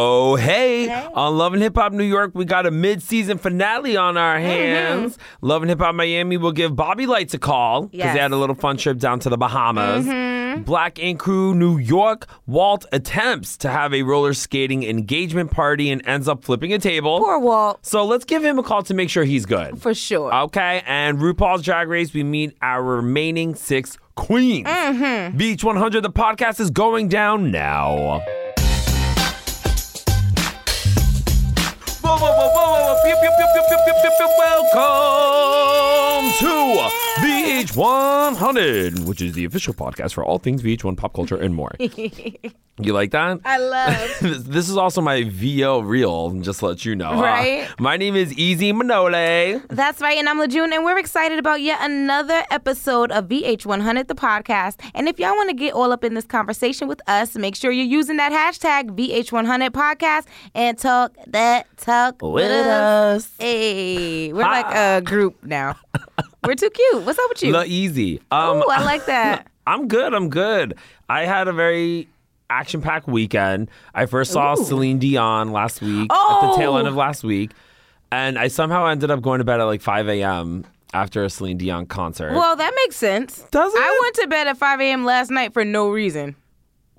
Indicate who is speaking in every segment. Speaker 1: Oh, hey.
Speaker 2: Hey.
Speaker 1: On Love and Hip Hop New York, we got a mid season finale on
Speaker 2: Mm-hmm.
Speaker 1: our hands. Love and Hip Hop Miami will give Bobby Lights a call because
Speaker 2: Yes. Mm-hmm.
Speaker 1: they had a little fun trip down to the Bahamas. Black Ink Crew New York, Walt attempts to have a roller skating engagement party and ends up flipping a table.
Speaker 2: Poor Walt,
Speaker 1: So let's give him a call to make sure he's good.
Speaker 2: for sure.
Speaker 1: Okay, and RuPaul's Drag Race, we meet our remaining six queens. Beach 100, the podcast is going down now. Whoa, whoa, whoa, whoa, whoa, whoa, pew, pew, pew, pew, pew, pew, pew, pew. Welcome to Beach 100, which is the official podcast for all things VH1 pop culture and more. you like that?
Speaker 2: I love.
Speaker 1: this this is also my VO reel, just to let you know. huh?
Speaker 2: Right.
Speaker 1: My name is Easy Manole.
Speaker 2: That's right, and I'm Lejeune, and we're excited about yet another episode of VH100, the podcast. And if y'all want to get all up in this conversation with us, make sure you're using that hashtag VH100 podcast and talk that talk with,
Speaker 1: With
Speaker 2: us. Hey, we're like a group now. we're too cute. What's up with you?
Speaker 1: La easy. Um,
Speaker 2: Ooh, I like that.
Speaker 1: I'm good. I'm good. I had a very action packed weekend. I first saw Celine Dion last week at the tail end
Speaker 2: Oh!
Speaker 1: of last week, and I somehow ended up going to bed at like 5 a.m. after a Celine Dion concert.
Speaker 2: Well, that makes sense.
Speaker 1: Does it?
Speaker 2: I went to bed at 5 a.m. last night for no reason.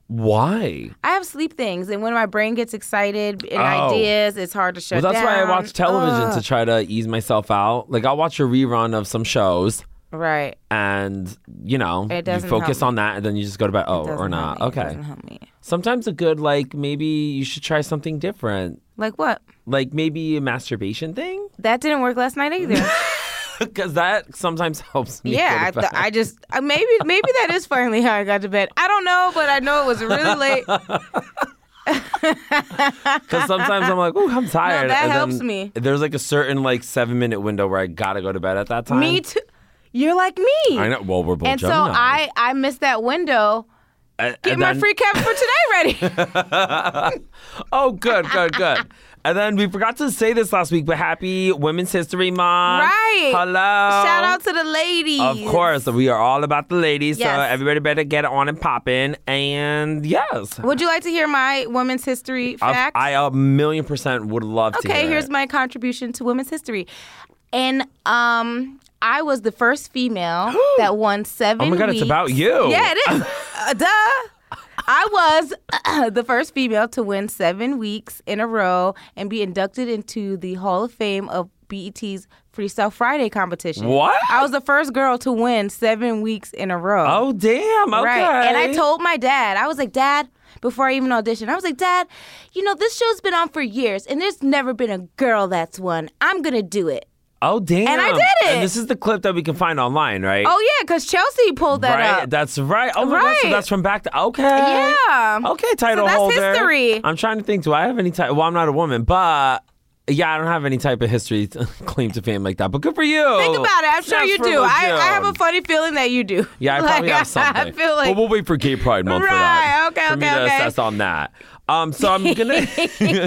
Speaker 1: Why?
Speaker 2: I have sleep things, and when my brain gets excited and
Speaker 1: Oh.
Speaker 2: ideas, it's hard to shut
Speaker 1: Well, that's
Speaker 2: down.
Speaker 1: why I watch television
Speaker 2: Ugh.
Speaker 1: to try to ease myself out. Like I'll watch a rerun of some shows.
Speaker 2: Oh. Right.
Speaker 1: And you know,
Speaker 2: It
Speaker 1: you
Speaker 2: doesn't
Speaker 1: focus
Speaker 2: help me.
Speaker 1: on that, and then you just go to bed. Oh,
Speaker 2: Doesn't
Speaker 1: or not?
Speaker 2: help me.
Speaker 1: Okay.
Speaker 2: Doesn't help me.
Speaker 1: Sometimes a good like maybe you should try something different,
Speaker 2: Like what?
Speaker 1: like maybe a masturbation thing.
Speaker 2: That didn't work last night either.
Speaker 1: Because that sometimes helps me.
Speaker 2: yeah, I,
Speaker 1: go to
Speaker 2: th-
Speaker 1: bed.
Speaker 2: I just uh, maybe maybe that is finally how I got to bed. I don't know, but I know it was really late. No,
Speaker 1: 'Cause sometimes I'm like, oh, I'm tired.
Speaker 2: that
Speaker 1: and
Speaker 2: helps
Speaker 1: then
Speaker 2: me.
Speaker 1: There's like a certain like seven minute window where I gotta go to bed at that time.
Speaker 2: Me too. You're like me.
Speaker 1: I know. Well, we're both.
Speaker 2: And so
Speaker 1: Geminis.
Speaker 2: I I missed that window.
Speaker 1: And-
Speaker 2: Get
Speaker 1: and
Speaker 2: my
Speaker 1: then-
Speaker 2: free cap for today ready.
Speaker 1: Oh, good, good, good. And then we forgot to say this last week, but happy Women's History Month.
Speaker 2: Right.
Speaker 1: Hello.
Speaker 2: Shout out to the ladies.
Speaker 1: Of course, we are all about the ladies, so
Speaker 2: Yes.
Speaker 1: everybody better get on and pop in. And yes,
Speaker 2: Would you like to hear my women's history
Speaker 1: I,
Speaker 2: fact?
Speaker 1: I a million percent would love to.
Speaker 2: okay,
Speaker 1: hear
Speaker 2: here's
Speaker 1: it.
Speaker 2: my contribution to women's history. And um I was the first female that won seven.
Speaker 1: Oh my god,
Speaker 2: weeks.
Speaker 1: it's about you.
Speaker 2: Yeah, it is. Uh, duh. I was the first female to win seven weeks in a row and be inducted into the Hall of Fame of BET's Freestyle Friday competition.
Speaker 1: What?
Speaker 2: I was the first girl to win seven weeks in a row.
Speaker 1: Oh damn. Okay.
Speaker 2: Right. And I told my dad, I was like, Dad, before I even auditioned, I was like, Dad, you know, this show's been on for years and there's never been a girl that's won. I'm going to do it.
Speaker 1: Oh damn!
Speaker 2: And I did it.
Speaker 1: And this is the clip that we can find online, right?
Speaker 2: Oh, yeah, because Chelsea pulled that
Speaker 1: right.
Speaker 2: up.
Speaker 1: That's right. Oh my God, so
Speaker 2: Right.
Speaker 1: that's from back to okay.
Speaker 2: Yeah.
Speaker 1: Okay, title
Speaker 2: that's
Speaker 1: holder.
Speaker 2: history.
Speaker 1: I'm trying to think. Do I have any type? Well, I'm not a woman, but yeah, I don't have any type of history to- claim to fame like that. But good for you.
Speaker 2: Think about it. I'm sure
Speaker 1: Snaps
Speaker 2: you
Speaker 1: for
Speaker 2: do. I, I have a
Speaker 1: Lejeune.
Speaker 2: funny feeling that you do.
Speaker 1: Yeah, I
Speaker 2: Like,
Speaker 1: probably have something.
Speaker 2: I feel like
Speaker 1: But we'll wait for Gay Pride Month for that.
Speaker 2: Right, okay,
Speaker 1: for me
Speaker 2: okay,
Speaker 1: to
Speaker 2: okay.
Speaker 1: assess on that. Um, so I'm gonna.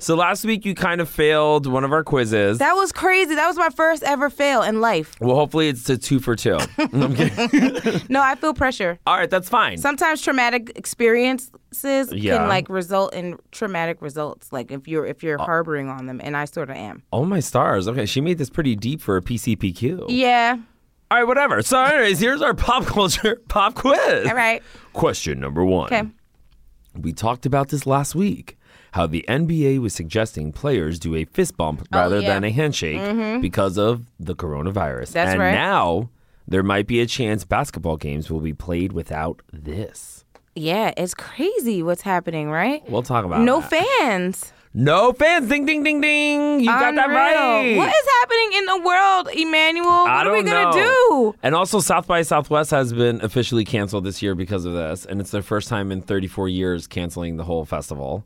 Speaker 1: so last week you kind of failed one of our quizzes.
Speaker 2: that was crazy. That was my first ever fail in life.
Speaker 1: well, hopefully it's a two for two. I'm kidding.
Speaker 2: No, I feel pressure.
Speaker 1: All right, that's fine.
Speaker 2: Sometimes traumatic experiences
Speaker 1: Yeah. Uh,
Speaker 2: can like result in traumatic results. Like if you're if you're harboring on them, and I sort of am.
Speaker 1: Oh my stars. Okay, she made this pretty deep for a PCPQ.
Speaker 2: Yeah.
Speaker 1: All right, whatever. So, anyways, here's our pop culture pop quiz.
Speaker 2: All right.
Speaker 1: Question number one.
Speaker 2: Okay.
Speaker 1: We talked about this last week how the NBA was suggesting players do a fist bump rather
Speaker 2: Oh, yeah. Mm-hmm.
Speaker 1: than a handshake because of the coronavirus.
Speaker 2: That's
Speaker 1: and
Speaker 2: right.
Speaker 1: now there might be a chance basketball games will be played without this.
Speaker 2: Yeah, it's crazy what's happening, right?
Speaker 1: We'll talk about
Speaker 2: No
Speaker 1: that.
Speaker 2: fans.
Speaker 1: no fans. Ding, ding, ding, ding. You got that
Speaker 2: Unreal.
Speaker 1: right.
Speaker 2: What is happening in the world, Emmanuel? What
Speaker 1: I
Speaker 2: are we
Speaker 1: don't
Speaker 2: gonna
Speaker 1: know.
Speaker 2: do?
Speaker 1: And also, South by Southwest has been officially canceled this year because of this, and it's their first time in 34 years canceling the whole festival.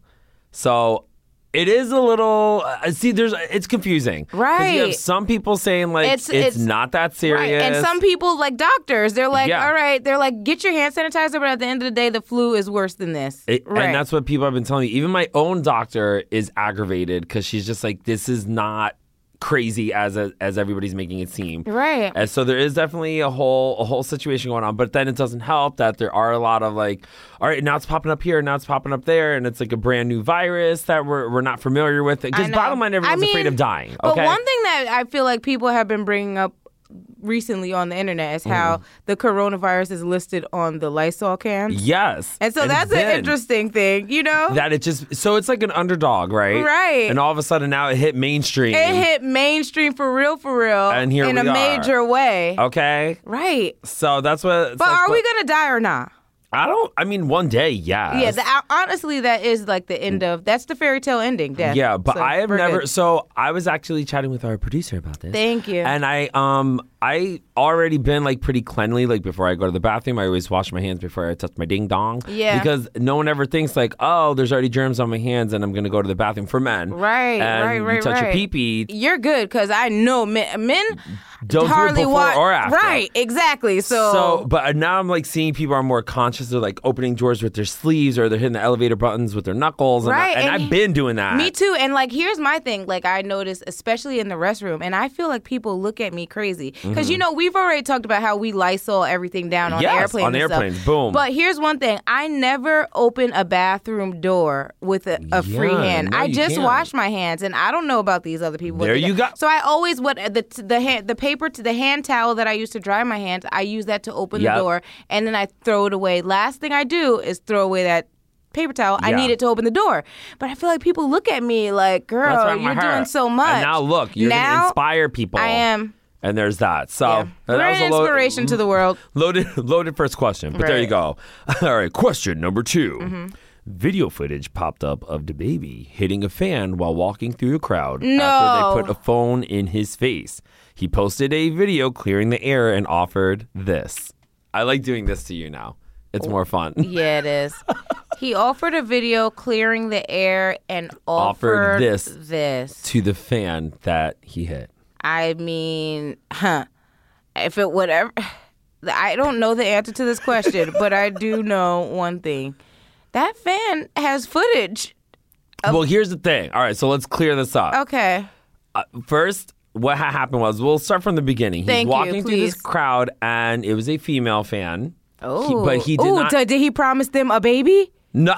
Speaker 1: So it is a little. I see, there's it's confusing, 'Cause You have
Speaker 2: Right.
Speaker 1: some people saying like it's,
Speaker 2: It's- it's-
Speaker 1: not that serious,
Speaker 2: And some people, like doctors, they're like,
Speaker 1: Yeah.
Speaker 2: all right, they're like, get your hand sanitizer, but at the end of the day, the flu is worse than this.
Speaker 1: It-
Speaker 2: right.
Speaker 1: And that's what people have been telling me. Even my own doctor is aggravated because she's just like, this is not crazy as a, as everybody's making it seem.
Speaker 2: Right.
Speaker 1: And so there is definitely a whole a whole situation going on, but then it doesn't help that there are a lot of like, all right, now it's popping up here, now it's popping up there, and it's like a brand new virus that we're, we're not familiar with. Because
Speaker 2: know.
Speaker 1: bottom line,
Speaker 2: I
Speaker 1: everyone's afraid
Speaker 2: mean,
Speaker 1: of dying.
Speaker 2: But
Speaker 1: okay?
Speaker 2: one thing that I feel like people have been bringing up recently on the internet is
Speaker 1: Mm.
Speaker 2: how the coronavirus is listed on the Lysol can.
Speaker 1: yes,
Speaker 2: And so that's an
Speaker 1: then
Speaker 2: interesting thing, you know?
Speaker 1: That it just so it's like an underdog, right?
Speaker 2: Right.
Speaker 1: And all of a sudden now it hit mainstream.
Speaker 2: it hit mainstream for real, for real,
Speaker 1: And here
Speaker 2: in
Speaker 1: we
Speaker 2: a
Speaker 1: are.
Speaker 2: major way.
Speaker 1: Okay,
Speaker 2: Right.
Speaker 1: so that's what. Uh,
Speaker 2: But are we going to die or not?
Speaker 1: I don't. I mean, one day, yeah.
Speaker 2: Yeah, the, I- honestly, that is like the end of that's the fairy tale ending. Death.
Speaker 1: Yeah, but
Speaker 2: So
Speaker 1: I have
Speaker 2: we're
Speaker 1: never.
Speaker 2: good.
Speaker 1: So I was actually chatting with our producer about this.
Speaker 2: Thank you.
Speaker 1: And I um I already been like pretty cleanly. Like before I go to the bathroom, I always wash my hands before I touch my ding dong.
Speaker 2: Yeah.
Speaker 1: Because no one ever thinks like, oh, there's already germs on my hands, and I'm gonna go to the bathroom for men.
Speaker 2: Right,
Speaker 1: And
Speaker 2: right,
Speaker 1: You
Speaker 2: right,
Speaker 1: touch your
Speaker 2: right.
Speaker 1: pee pee.
Speaker 2: You're good because I know men. Men
Speaker 1: Don't do
Speaker 2: hardly
Speaker 1: it before
Speaker 2: watch.
Speaker 1: or after.
Speaker 2: Right. Exactly. So.
Speaker 1: So, but now I'm like seeing people are more conscious. They're like opening doors with their sleeves, or they're hitting the elevator buttons with their knuckles. And,
Speaker 2: Right,
Speaker 1: I, and,
Speaker 2: and
Speaker 1: I've been doing that.
Speaker 2: me too. And like, here's my thing. Like, I noticed, especially in the restroom, and I feel like people look at me crazy because you know we've already talked about how we Lysol everything down on
Speaker 1: Mm-hmm. Yes,
Speaker 2: airplanes.
Speaker 1: on
Speaker 2: and stuff.
Speaker 1: airplanes, boom.
Speaker 2: But here's one thing: I never open a bathroom door with a, a free
Speaker 1: Yeah,
Speaker 2: hand.
Speaker 1: no,
Speaker 2: I
Speaker 1: you
Speaker 2: just
Speaker 1: can't.
Speaker 2: wash my hands, and I don't know about these other people. what
Speaker 1: There
Speaker 2: they
Speaker 1: you
Speaker 2: do.
Speaker 1: go.
Speaker 2: So I always what the the hand, the paper to the hand towel that I use to dry my hands. I use that to open
Speaker 1: Yep.
Speaker 2: the door, and then I throw it away. Last thing I do is throw away that paper towel. I
Speaker 1: Yeah.
Speaker 2: need it to open the door. But I feel like people look at me like, girl,
Speaker 1: That's right, my
Speaker 2: you're
Speaker 1: hair.
Speaker 2: doing so much.
Speaker 1: And now look, you're
Speaker 2: Now,
Speaker 1: gonna inspire people.
Speaker 2: I am.
Speaker 1: And there's that. So
Speaker 2: Yeah.
Speaker 1: that
Speaker 2: We're
Speaker 1: was
Speaker 2: an
Speaker 1: a lo-
Speaker 2: inspiration to the world.
Speaker 1: loaded, loaded first question. But there you
Speaker 2: Right. Mm-hmm.
Speaker 1: go. All right, question number 2 Video footage popped up of the baby hitting a fan while walking through a crowd
Speaker 2: No.
Speaker 1: after they put a phone in his face. He posted a video clearing the air and offered this. I like doing this to you now. It's more fun.
Speaker 2: Yeah, it is. he offered a video clearing the air and offered,
Speaker 1: Offered this.
Speaker 2: This.
Speaker 1: to the fan that he hit.
Speaker 2: I mean, huh? If it would ever, I don't know the answer to this question, but I do know one thing: that fan has footage. Oh.
Speaker 1: well, here's the thing. All right, so let's clear this up.
Speaker 2: Okay.
Speaker 1: first what ha- happened was we'll start from the beginning. He's
Speaker 2: Oh. Thank you,
Speaker 1: walking through this
Speaker 2: please.
Speaker 1: crowd and it was a female fan. He-
Speaker 2: Oh,
Speaker 1: but he did
Speaker 2: Ooh,
Speaker 1: not.
Speaker 2: d- did he promise them a baby? Uh,
Speaker 1: no,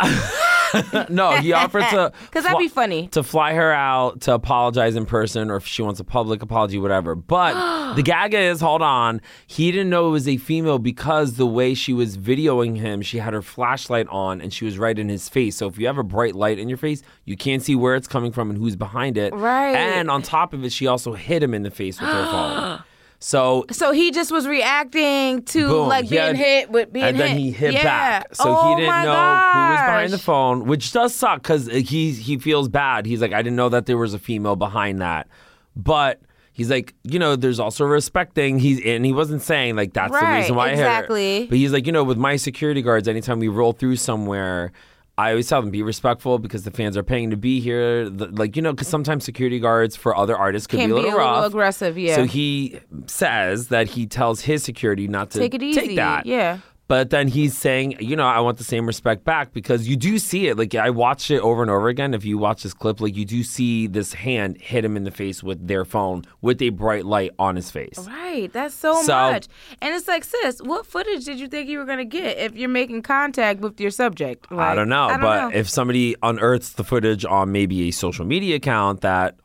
Speaker 1: no, he offered to.
Speaker 2: 'Cause that'd
Speaker 1: fly-
Speaker 2: be funny.
Speaker 1: To fly her out to apologize in person or if she wants a public apology, whatever. But the gag is hold on. He didn't know it was a female because the way she was videoing him, she had her flashlight on and she was right in his face. So if you have a bright light in your face, you can't see where it's coming from and who's behind it.
Speaker 2: Right.
Speaker 1: And on top of it, she also hit him in the face with her phone. So
Speaker 2: So he just was reacting to
Speaker 1: Boom.
Speaker 2: like
Speaker 1: He
Speaker 2: being
Speaker 1: had-
Speaker 2: hit with being
Speaker 1: and
Speaker 2: hit.
Speaker 1: then he hit
Speaker 2: yeah.
Speaker 1: back, so
Speaker 2: oh
Speaker 1: he didn't
Speaker 2: my
Speaker 1: know who was behind the
Speaker 2: gosh.
Speaker 1: phone, which does suck because he he feels bad. He's like, I didn't know that there was a female behind that, but he's like, you know, there's also a respect thing. He's and he wasn't saying like that's the
Speaker 2: Right,
Speaker 1: reason why I hit her.
Speaker 2: exactly.
Speaker 1: But he's like, you know, with my security guards, anytime we roll through somewhere. I always tell them be respectful because the fans are paying to be here. The- like you know, because sometimes security guards for other artists could
Speaker 2: Can
Speaker 1: be a little rough.
Speaker 2: aggressive, yeah.
Speaker 1: So he says that he tells his security not to
Speaker 2: Take it easy,
Speaker 1: that.
Speaker 2: yeah.
Speaker 1: But then he's saying, you know, I want the same respect back because you do see it. Like I watched it over and over again. If you watch this clip, like you do see this hand hit him in the face with their phone with a bright light on his face.
Speaker 2: Right, that's so,
Speaker 1: So-
Speaker 2: much, and it's like, sis, what footage did you think you were gonna get if you're making contact with your subject?
Speaker 1: I
Speaker 2: Like,
Speaker 1: don't know,
Speaker 2: I don't
Speaker 1: but
Speaker 2: know.
Speaker 1: if somebody unearths the footage on maybe a social media account that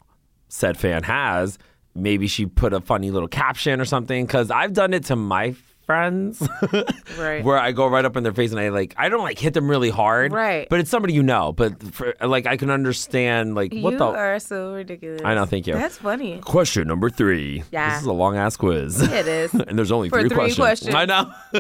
Speaker 1: said fan has, maybe she put a funny little caption or something. Because I've done it to my friends,
Speaker 2: Right.
Speaker 1: where I go right up in their face and I like I don't like hit them really hard,
Speaker 2: Right.
Speaker 1: But it's somebody you know. But for, like I can understand like what
Speaker 2: you
Speaker 1: the
Speaker 2: are so ridiculous.
Speaker 1: I know. Thank you.
Speaker 2: That's funny.
Speaker 1: Question number three.
Speaker 2: Yeah.
Speaker 1: This is a long ass quiz.
Speaker 2: It is.
Speaker 1: And there's only
Speaker 2: For
Speaker 1: three,
Speaker 2: three
Speaker 1: questions.
Speaker 2: questions.
Speaker 1: I know.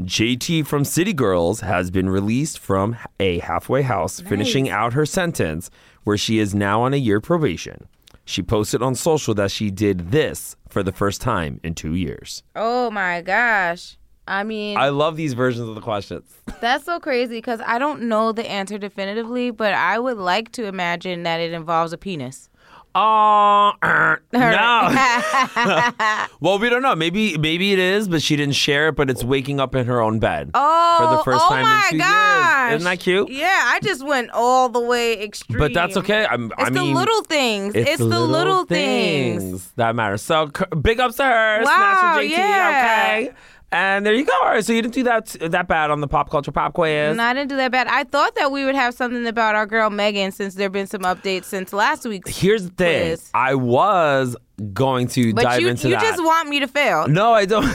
Speaker 1: JT from City Girls has been released from a halfway house, finishing out her sentence, where she is now on a year probation. She posted on social that she did this for the first time in two years.
Speaker 2: Oh my gosh. I mean,
Speaker 1: I love these versions of the questions.
Speaker 2: That's so crazy because I don't know the answer definitively, but I would like to imagine that it involves a penis.
Speaker 1: Oh, er, no.
Speaker 2: Her-
Speaker 1: well, we don't know. Maybe maybe it is, but she didn't share it. But it's waking up in her own bed.
Speaker 2: oh,
Speaker 1: first
Speaker 2: oh
Speaker 1: time in
Speaker 2: my
Speaker 1: two years.
Speaker 2: gosh.
Speaker 1: Isn't that cute?
Speaker 2: Yeah, I just went all the way extreme.
Speaker 1: but that's okay. I'm,
Speaker 2: It's
Speaker 1: I mean,
Speaker 2: the little things. It's, the little, things.
Speaker 1: that matter. So c- big ups to her,
Speaker 2: Wow,
Speaker 1: Snatcher JT.
Speaker 2: yeah.
Speaker 1: Okay, and there you go. All right, so you didn't do that that bad on the pop culture pop quiz.
Speaker 2: No, I didn't do that bad. I thought that we would have something about our girl Megan since there have been some updates since last week's.
Speaker 1: Here's the thing.
Speaker 2: Quiz.
Speaker 1: I was going to
Speaker 2: But
Speaker 1: dive
Speaker 2: you,
Speaker 1: into
Speaker 2: you
Speaker 1: that.
Speaker 2: just want me to fail.
Speaker 1: No, I don't.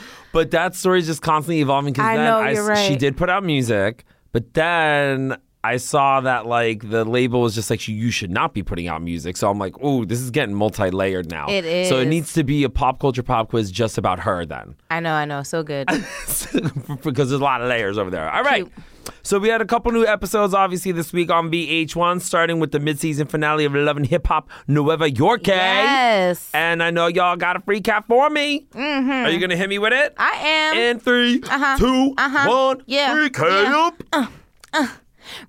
Speaker 1: but that story is just constantly evolving because
Speaker 2: I
Speaker 1: then
Speaker 2: know,
Speaker 1: I,
Speaker 2: you're
Speaker 1: she
Speaker 2: right.
Speaker 1: did put out music, but then I saw that like the label was just like you should not be putting out music. So I'm like, oh, this is getting multi-layered now.
Speaker 2: It
Speaker 1: So
Speaker 2: is.
Speaker 1: it needs to be a pop culture pop quiz just about her then,
Speaker 2: I know, I know. So good.
Speaker 1: because there's a lot of layers over there. All right.
Speaker 2: Cute.
Speaker 1: So we had a couple new episodes, obviously, this week on VH1, starting with the mid-season finale of Love and Hip Hop Nueva York. eh?
Speaker 2: Yes.
Speaker 1: And I know y'all got a free cap for me. Mm-hmm. Are you gonna hit me with it?
Speaker 2: I am.
Speaker 1: In three,
Speaker 2: Uh-huh.
Speaker 1: two,
Speaker 2: Uh-huh.
Speaker 1: one,
Speaker 2: Yeah. Uh-huh.
Speaker 1: free
Speaker 2: Yeah.
Speaker 1: cap.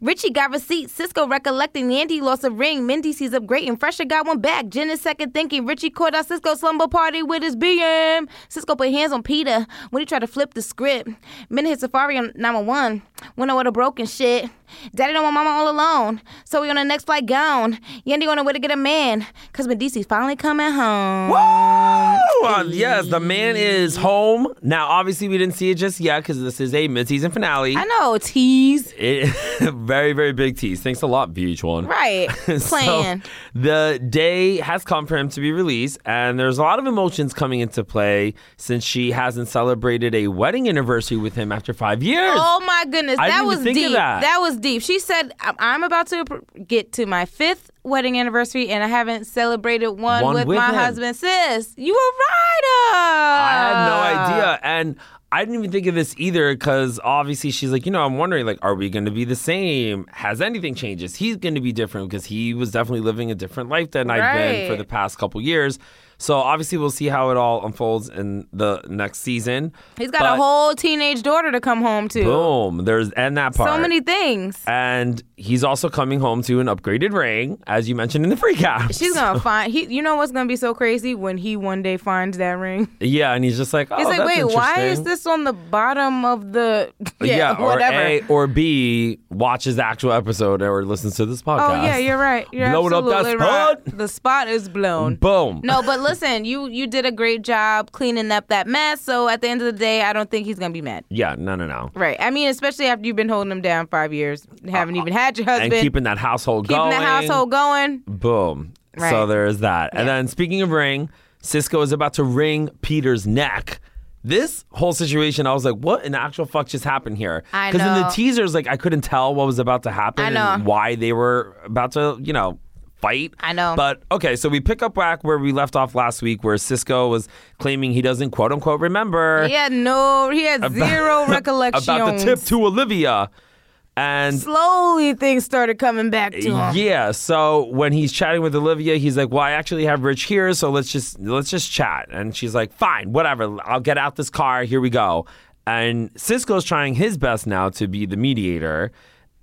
Speaker 2: Richie got receipts. Cisco recollecting Andy lost a ring. Mindy sees up great and Fresher got one back. Jen is second thinking. Richie caught out Cisco slumber party with his BM. Cisco put hands on Peter when he tried to flip the script. Minnie hit Safari on 911. Went over to broken shit. Daddy don't want mama all alone. So we on the next flight gone. Yandy on the way to get a man. Cause Medici finally coming home.
Speaker 1: Woo! Uh, yes, the man is home. Now, obviously, we didn't see it just yet because this is a mid-season finale.
Speaker 2: I know, tease.
Speaker 1: It, very, very big tease. Thanks a lot, VH1.
Speaker 2: Right.
Speaker 1: So,
Speaker 2: Plan.
Speaker 1: the day has come for him to be released, and there's a lot of emotions coming into play since she hasn't celebrated a wedding anniversary with him after five years.
Speaker 2: Oh my goodness,
Speaker 1: I
Speaker 2: that
Speaker 1: didn't even
Speaker 2: was
Speaker 1: think of
Speaker 2: deep.
Speaker 1: that.
Speaker 2: was deep. She said, "I- "I'm about to pr- get to my fifth wedding anniversary, and I haven't celebrated one,
Speaker 1: One
Speaker 2: with,
Speaker 1: with
Speaker 2: my
Speaker 1: him.
Speaker 2: husband." Sis, you a rider?
Speaker 1: I had no idea. And I didn't even think of this either because obviously she's like, you know, I'm wondering, like, are we going to be the same? Has anything changed? Is he going to be different? Because he was definitely living a different life than I've been for
Speaker 2: Right.
Speaker 1: the past couple years. So obviously we'll see how it all unfolds in the next season.
Speaker 2: He's got
Speaker 1: But
Speaker 2: a whole teenage daughter to come home to.
Speaker 1: boom. There's and that part.
Speaker 2: So many things.
Speaker 1: And he's also coming home to an upgraded ring, as you mentioned in the free cap.
Speaker 2: She's gonna find. He, you know what's gonna be so crazy when he one day finds that ring.
Speaker 1: yeah, and he's just like, oh,
Speaker 2: He's like,
Speaker 1: that's
Speaker 2: wait, why is
Speaker 1: interesting."
Speaker 2: this on the bottom of the? Yeah,
Speaker 1: yeah, or
Speaker 2: whatever.
Speaker 1: A or B watches the actual episode or listens to this podcast.
Speaker 2: Oh yeah, you're right. You're
Speaker 1: Blowing up that
Speaker 2: absolutely
Speaker 1: spot.
Speaker 2: right. The spot is blown.
Speaker 1: Boom.
Speaker 2: No, but listen, you you did a great job cleaning up that mess. So at the end of the day, I don't think he's gonna be mad.
Speaker 1: Yeah, no, no, no.
Speaker 2: Right. I mean, especially after you've been holding him down five years, haven't even had your
Speaker 1: Uh, And
Speaker 2: husband,
Speaker 1: keeping that household
Speaker 2: keeping
Speaker 1: going.
Speaker 2: the household going.
Speaker 1: Boom. So
Speaker 2: Right.
Speaker 1: there is that. And
Speaker 2: Yeah.
Speaker 1: then speaking of ring, Cisco is about to ring Peter's neck. This whole situation, I was like, what in the actual fuck just happened here?
Speaker 2: I
Speaker 1: Because in the
Speaker 2: know.
Speaker 1: teasers, like, I couldn't tell what was about to happen
Speaker 2: I know.
Speaker 1: and why they were about to, you know, fight.
Speaker 2: I know.
Speaker 1: But okay, so we pick up back where we left off last week, where Cisco was claiming he doesn't quote unquote remember.
Speaker 2: He had no, he had zero recollection.
Speaker 1: about the tip to Olivia. And
Speaker 2: Slowly, things started coming back to him.
Speaker 1: yeah, so when he's chatting with Olivia, he's like, "Well, I actually have Rich here, so let's just let's just chat." And she's like, "Fine, whatever. I'll get out this car. Here we go." And Cisco's trying his best now to be the mediator,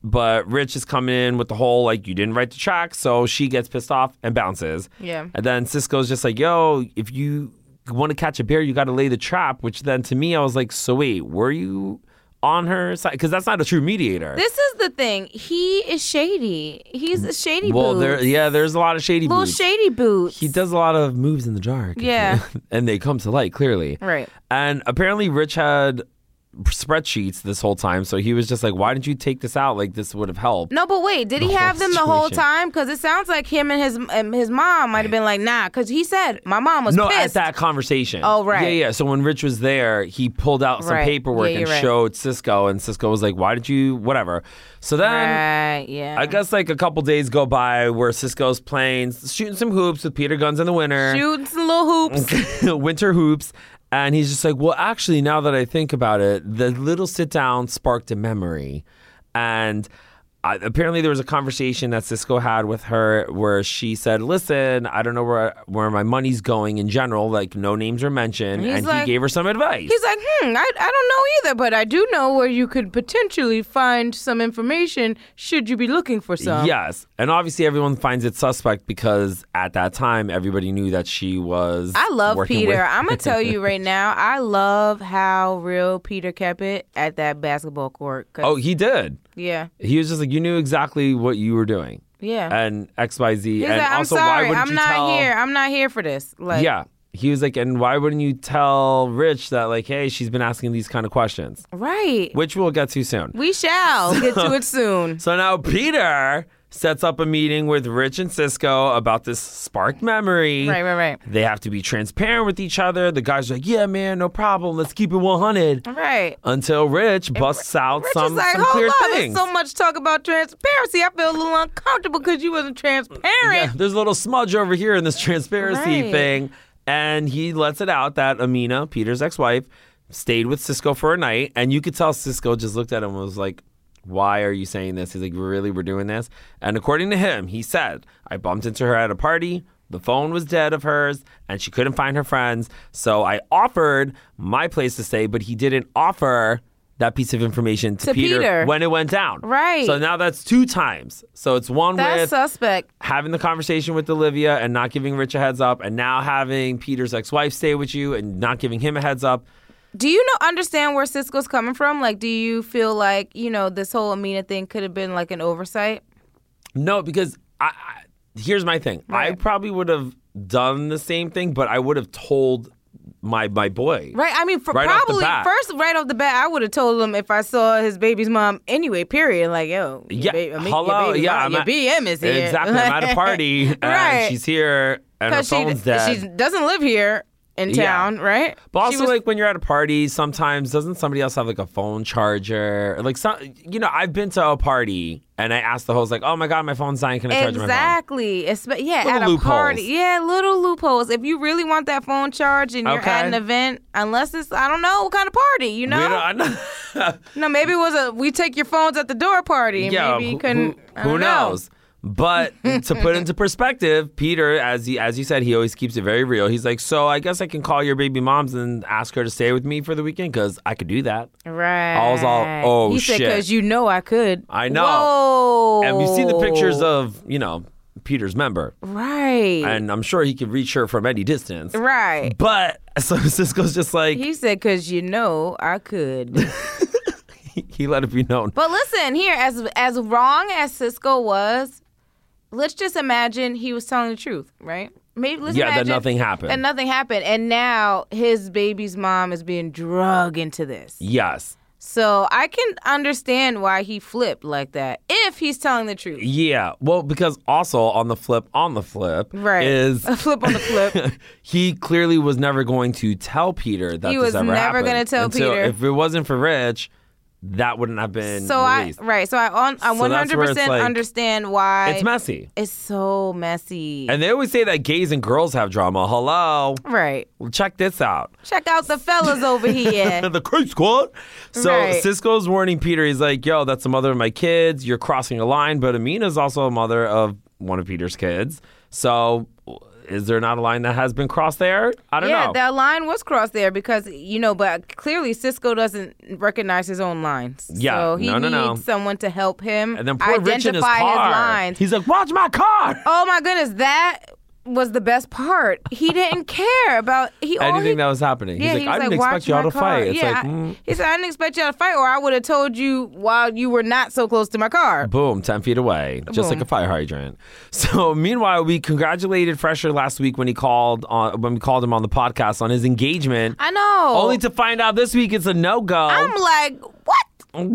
Speaker 1: but Rich is coming in with the whole like, "You didn't write the track," so she gets pissed off and bounces.
Speaker 2: Yeah.
Speaker 1: And then Cisco's just like, "Yo, if you want to catch a bear, you got to lay the trap." Which then to me, I was like, "So wait, were you?" On her side, because that's not a true mediator.
Speaker 2: This is the thing. He is shady. He's a shady
Speaker 1: Well,
Speaker 2: boot.
Speaker 1: there, yeah, there's a lot of shady
Speaker 2: Little
Speaker 1: moves.
Speaker 2: shady boots.
Speaker 1: he does a lot of moves in the dark.
Speaker 2: Yeah.
Speaker 1: and they come to light clearly.
Speaker 2: Right.
Speaker 1: And apparently, Rich had spreadsheets this whole time, so he was just like, "Why didn't you take this out? Like this would have helped."
Speaker 2: No, but wait, did he
Speaker 1: whole
Speaker 2: have them the whole
Speaker 1: situation.
Speaker 2: time? Because it sounds like him and his um, his mom might have been like, nah, because he said my mom was
Speaker 1: No,
Speaker 2: pissed.
Speaker 1: at that conversation.
Speaker 2: Oh, right.
Speaker 1: Yeah, yeah. So when Rich was there, he pulled out some
Speaker 2: Right.
Speaker 1: paperwork
Speaker 2: Yeah,
Speaker 1: and
Speaker 2: you're right.
Speaker 1: showed Cisco, and Cisco was like, "Why did you? Whatever." So then.
Speaker 2: Right, yeah.
Speaker 1: I guess like a couple days go by where Cisco's playing, shooting some hoops with Peter Guns in the winter.
Speaker 2: Shooting some little
Speaker 1: Mm.
Speaker 2: hoops.
Speaker 1: winter hoops and he's just like well actually now that i think about it the little sit down sparked a memory and I, apparently there was a conversation that Cisco had with her where she said, "Listen, I don't know where where my money's going in general. Like no names are mentioned."
Speaker 2: He's
Speaker 1: and
Speaker 2: like-
Speaker 1: he gave her some advice.
Speaker 2: He's like, hmm, I, I don't know either, but I do know where you could potentially find some information should you be looking for some.
Speaker 1: Yes, and obviously everyone finds it suspect because at that time everybody knew that she was.
Speaker 2: I love
Speaker 1: working
Speaker 2: Peter.
Speaker 1: with-
Speaker 2: I'm gonna tell you right now, I love how real Peter kept it at that basketball court. 'Cause-
Speaker 1: oh, he did.
Speaker 2: yeah,
Speaker 1: He was just like, you knew exactly what you were doing,
Speaker 2: yeah.
Speaker 1: and X, Y, Z,
Speaker 2: He's
Speaker 1: and
Speaker 2: like, I'm
Speaker 1: also
Speaker 2: sorry,
Speaker 1: why would
Speaker 2: I'm
Speaker 1: you
Speaker 2: not
Speaker 1: tell?
Speaker 2: here. I'm not here for this. Like,
Speaker 1: Yeah. He was like, and why wouldn't you tell Rich that, like, hey, she's been asking these kind of questions,
Speaker 2: right.
Speaker 1: which we'll get to soon.
Speaker 2: We shall get to it soon.
Speaker 1: So now Peter sets up a meeting with Rich and Cisco about this sparked memory.
Speaker 2: Right, right, right.
Speaker 1: They have to be transparent with each other. The guy's like, yeah, man, no problem. Let's keep it 100.
Speaker 2: Right.
Speaker 1: Until Rich busts out
Speaker 2: Rich
Speaker 1: some,
Speaker 2: is like,
Speaker 1: some
Speaker 2: hold
Speaker 1: clear
Speaker 2: on.
Speaker 1: things.
Speaker 2: There's so much talk about transparency. I feel a little uncomfortable because you wasn't transparent.
Speaker 1: Yeah, there's a little smudge over here in this transparency
Speaker 2: Right.
Speaker 1: thing. And he lets it out that Amina, Peter's ex wife, stayed with Cisco for a night. And you could tell Cisco just looked at him and was like, Why are you saying this? He's like, Really, we're doing this? And according to him, he said, I bumped into her at a party. The phone was dead of hers, and she couldn't find her friends. So I offered my place to stay, but he didn't offer that piece of information to,
Speaker 2: To Peter.
Speaker 1: when it went down.
Speaker 2: Right.
Speaker 1: So now that's two times. So it's one
Speaker 2: That's
Speaker 1: with
Speaker 2: suspect.
Speaker 1: having the conversation with Olivia and not giving Rich a heads up, and now having Peter's ex wife stay with you and not giving him a heads up.
Speaker 2: Do you know understand where Cisco's coming from? Like, do you feel like you know this whole Amina thing could have been like an oversight?
Speaker 1: No, because I, I here's my thing. I
Speaker 2: Right.
Speaker 1: probably would have done the same thing, but I would have told my my boy.
Speaker 2: Right. I mean, for
Speaker 1: Right off the
Speaker 2: probably
Speaker 1: bat.
Speaker 2: first right off the bat, I would have told him if I saw his baby's mom anyway. Period. Like, yo, your
Speaker 1: Yeah.
Speaker 2: ba- I mean,
Speaker 1: Hello.
Speaker 2: your baby
Speaker 1: yeah.
Speaker 2: mom-
Speaker 1: I'm
Speaker 2: your
Speaker 1: at-
Speaker 2: BM is here.
Speaker 1: Exactly. I'm at a party and
Speaker 2: Right.
Speaker 1: she's here and her
Speaker 2: because she
Speaker 1: phone's dead.
Speaker 2: she doesn't live here in
Speaker 1: Yeah.
Speaker 2: town, right?
Speaker 1: But
Speaker 2: She
Speaker 1: also,
Speaker 2: was-
Speaker 1: like when you're at a party, sometimes doesn't somebody else have like a phone charger? Or, Like, some, you know, I've been to a party and I asked the host, like, "Oh my god, my phone's dying. Can I charge my phone?"
Speaker 2: Exactly. Espe- yeah,
Speaker 1: Little
Speaker 2: at a party.
Speaker 1: loopholes.
Speaker 2: Yeah, little loopholes. If you really want that phone charged and you're at
Speaker 1: Okay.
Speaker 2: an event, unless it's I don't know what kind of party, you know?
Speaker 1: We don't-
Speaker 2: No, maybe it was a we take your phones at the door party.
Speaker 1: yeah,
Speaker 2: maybe you
Speaker 1: who-
Speaker 2: couldn't.
Speaker 1: Who,
Speaker 2: I don't
Speaker 1: who
Speaker 2: know.
Speaker 1: knows? But to put into perspective, Peter, as he as you said, he always keeps it very real. He's like, so I guess I can call your baby moms and ask her to stay with me for the weekend because I could do that.
Speaker 2: Right.
Speaker 1: I was all, oh,
Speaker 2: he said
Speaker 1: shit.
Speaker 2: because you know I could.
Speaker 1: I know.
Speaker 2: Whoa.
Speaker 1: And we've seen the pictures
Speaker 2: Oh.
Speaker 1: of you know Peter's member,
Speaker 2: Right.
Speaker 1: and I'm sure he could reach her from any distance.
Speaker 2: right.
Speaker 1: But so Cisco's just like
Speaker 2: He said because you know I could.
Speaker 1: he, let it be known.
Speaker 2: But listen, here as as wrong as Cisco was, let's just imagine he was telling the truth, right? Maybe let's
Speaker 1: Yeah, that
Speaker 2: imagine
Speaker 1: nothing happened.
Speaker 2: That nothing happened, and now his baby's mom is being drug into this.
Speaker 1: Yes.
Speaker 2: So I can understand why he flipped like that if he's telling the truth.
Speaker 1: Yeah. Well, because also on the flip, on the flip,
Speaker 2: Right.
Speaker 1: is
Speaker 2: a flip on the flip.
Speaker 1: he clearly was never going to tell Peter that
Speaker 2: He
Speaker 1: this
Speaker 2: was
Speaker 1: ever
Speaker 2: never
Speaker 1: happened.
Speaker 2: gonna tell
Speaker 1: And so
Speaker 2: Peter.
Speaker 1: If it wasn't for Rich, that wouldn't have been
Speaker 2: so I
Speaker 1: released.
Speaker 2: right. So I on I
Speaker 1: So
Speaker 2: one
Speaker 1: that's
Speaker 2: hundred
Speaker 1: where it's
Speaker 2: percent
Speaker 1: like-
Speaker 2: understand why
Speaker 1: it's messy.
Speaker 2: it's so messy.
Speaker 1: And they always say that gays and girls have drama. Hello.
Speaker 2: right.
Speaker 1: Well, Check this out.
Speaker 2: Check out the fellas over here.
Speaker 1: the K Squad. So
Speaker 2: Right.
Speaker 1: Cisco's warning Peter. He's like, "Yo, that's the mother of my kids. You're crossing a line." But Amina's also a mother of one of Peter's kids. So is there not a line that has been crossed there? I don't
Speaker 2: yeah,
Speaker 1: know.
Speaker 2: that line was crossed there because you know, but clearly Cisco doesn't recognize his own lines.
Speaker 1: Yeah,
Speaker 2: so he
Speaker 1: no, no,
Speaker 2: needs
Speaker 1: no.
Speaker 2: someone to help him
Speaker 1: and then poor
Speaker 2: identify
Speaker 1: Rich in his car.
Speaker 2: lines.
Speaker 1: He's like, "Watch my car."
Speaker 2: oh my goodness, that was the best part. He didn't care about he all
Speaker 1: Anything
Speaker 2: he
Speaker 1: that was happening.
Speaker 2: yeah,
Speaker 1: he's like,
Speaker 2: he
Speaker 1: "I
Speaker 2: was
Speaker 1: didn't
Speaker 2: like,
Speaker 1: expect
Speaker 2: "Watch
Speaker 1: y'all
Speaker 2: my
Speaker 1: to fight."
Speaker 2: car."
Speaker 1: It's
Speaker 2: yeah,
Speaker 1: like,
Speaker 2: I-
Speaker 1: mm,
Speaker 2: he said, "I didn't expect y'all to fight, or I would have told you while you were not so close to my car."
Speaker 1: Boom, 10 feet away, just like a
Speaker 2: Boom.
Speaker 1: fire hydrant. So, meanwhile, we congratulated Fresher last week when he called on when we called him on the podcast on his engagement.
Speaker 2: I know.
Speaker 1: Only to find out this week it's a no go.
Speaker 2: I'm like, what?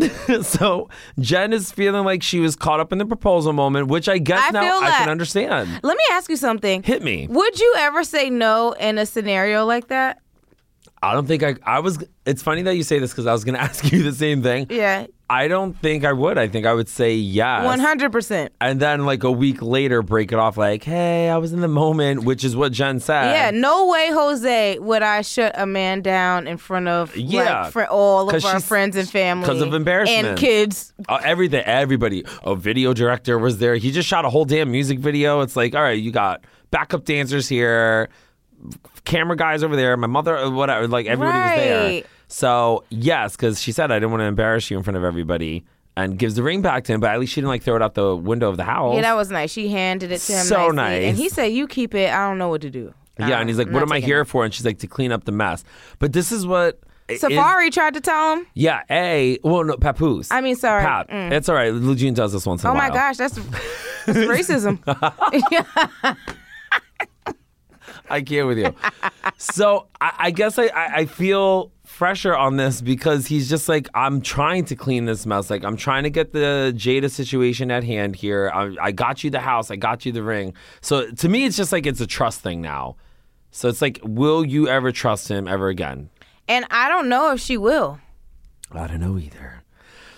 Speaker 1: so Jen is feeling like she was caught up in the proposal moment, which I guess
Speaker 2: I
Speaker 1: now
Speaker 2: feel
Speaker 1: I
Speaker 2: that.
Speaker 1: can understand.
Speaker 2: Let me ask you something.
Speaker 1: Hit me.
Speaker 2: Would you ever say no in a scenario like that?
Speaker 1: I don't think I. I was. It's funny that you say this because I was going to ask you the same thing.
Speaker 2: Yeah.
Speaker 1: I don't think I would. I think I would say yes.
Speaker 2: One hundred percent.
Speaker 1: And then like a week later, break it off like, hey, I was in the moment, which is what Jen said.
Speaker 2: Yeah, no way, Jose, would I shut a man down in front of
Speaker 1: Yeah.
Speaker 2: like, for all
Speaker 1: 'Cause
Speaker 2: of our
Speaker 1: she's-
Speaker 2: friends and family
Speaker 1: 'cause of embarrassment.
Speaker 2: and kids.
Speaker 1: Uh, everything, everybody. A video director was there. He just shot a whole damn music video. It's like, all right, you got backup dancers here, camera guys over there, my mother, uh, whatever. Like everybody was there.
Speaker 2: Right.
Speaker 1: So yes, because she said I didn't want to embarrass you in front of everybody, and gives the ring back to him. But at least she didn't like throw it out the window of the house.
Speaker 2: Yeah, that was nice. She handed it to him.
Speaker 1: So
Speaker 2: nicely, and
Speaker 1: nice.
Speaker 2: he said, "You keep it. I don't know what to do."
Speaker 1: Yeah,
Speaker 2: Uh,
Speaker 1: and he's like,
Speaker 2: I'm
Speaker 1: "What
Speaker 2: not
Speaker 1: am I
Speaker 2: taking
Speaker 1: here
Speaker 2: it."
Speaker 1: for?" And she's like, "To clean up the mess." But this is what is-
Speaker 2: Safari tried to tell him.
Speaker 1: yeah, a well, no, papoose.
Speaker 2: I mean, sorry.
Speaker 1: Pap.
Speaker 2: Mm.
Speaker 1: It's all right. Lejeune does this once in a
Speaker 2: Oh
Speaker 1: while.
Speaker 2: my gosh, that's, that's racism.
Speaker 1: I can't with you. so I, I guess I, I, I feel fresher on this because he's just like, I'm trying to clean this mess. Like, I'm trying to get the Jada situation at hand here. I, I got you the house, I got you the ring. So to me, it's just like it's a trust thing now. So it's like, will you ever trust him ever again?
Speaker 2: and I don't know if she will.
Speaker 1: I don't know either.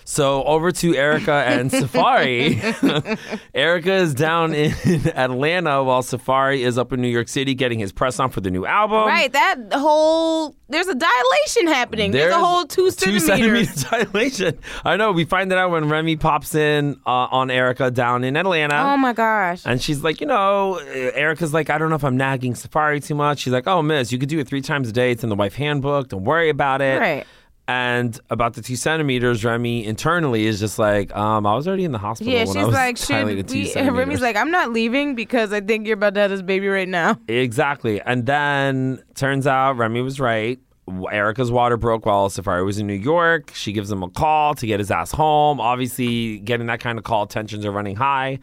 Speaker 1: So over to Erica and Safari. Erica is down in Atlanta while Safari is up in New York City getting his press on for the new album.
Speaker 2: right, that whole there's a dilation happening. There's, a whole two, centimeters.
Speaker 1: centimeter dilation. I know. We find that out when Remy pops in uh, on Erica down in Atlanta.
Speaker 2: Oh my gosh.
Speaker 1: and she's like, you know, uh, Erica's like, I don't know if I'm nagging Safari too much. She's like, oh, miss, you could do it three times a day. It's in the wife handbook. Don't worry about it.
Speaker 2: Right.
Speaker 1: And about the two centimeters, Remy internally is just like, um, I was already in the hospital.
Speaker 2: yeah,
Speaker 1: when
Speaker 2: she's
Speaker 1: I was
Speaker 2: like,
Speaker 1: dilated
Speaker 2: should
Speaker 1: two
Speaker 2: we? And
Speaker 1: centimeters."
Speaker 2: Remy's like, I'm not leaving because I think you're about to have this baby right now.
Speaker 1: Exactly. And then turns out Remy was right. Erica's water broke while Safari was in New York. She gives him a call to get his ass home. Obviously, getting that kind of call, tensions are running high.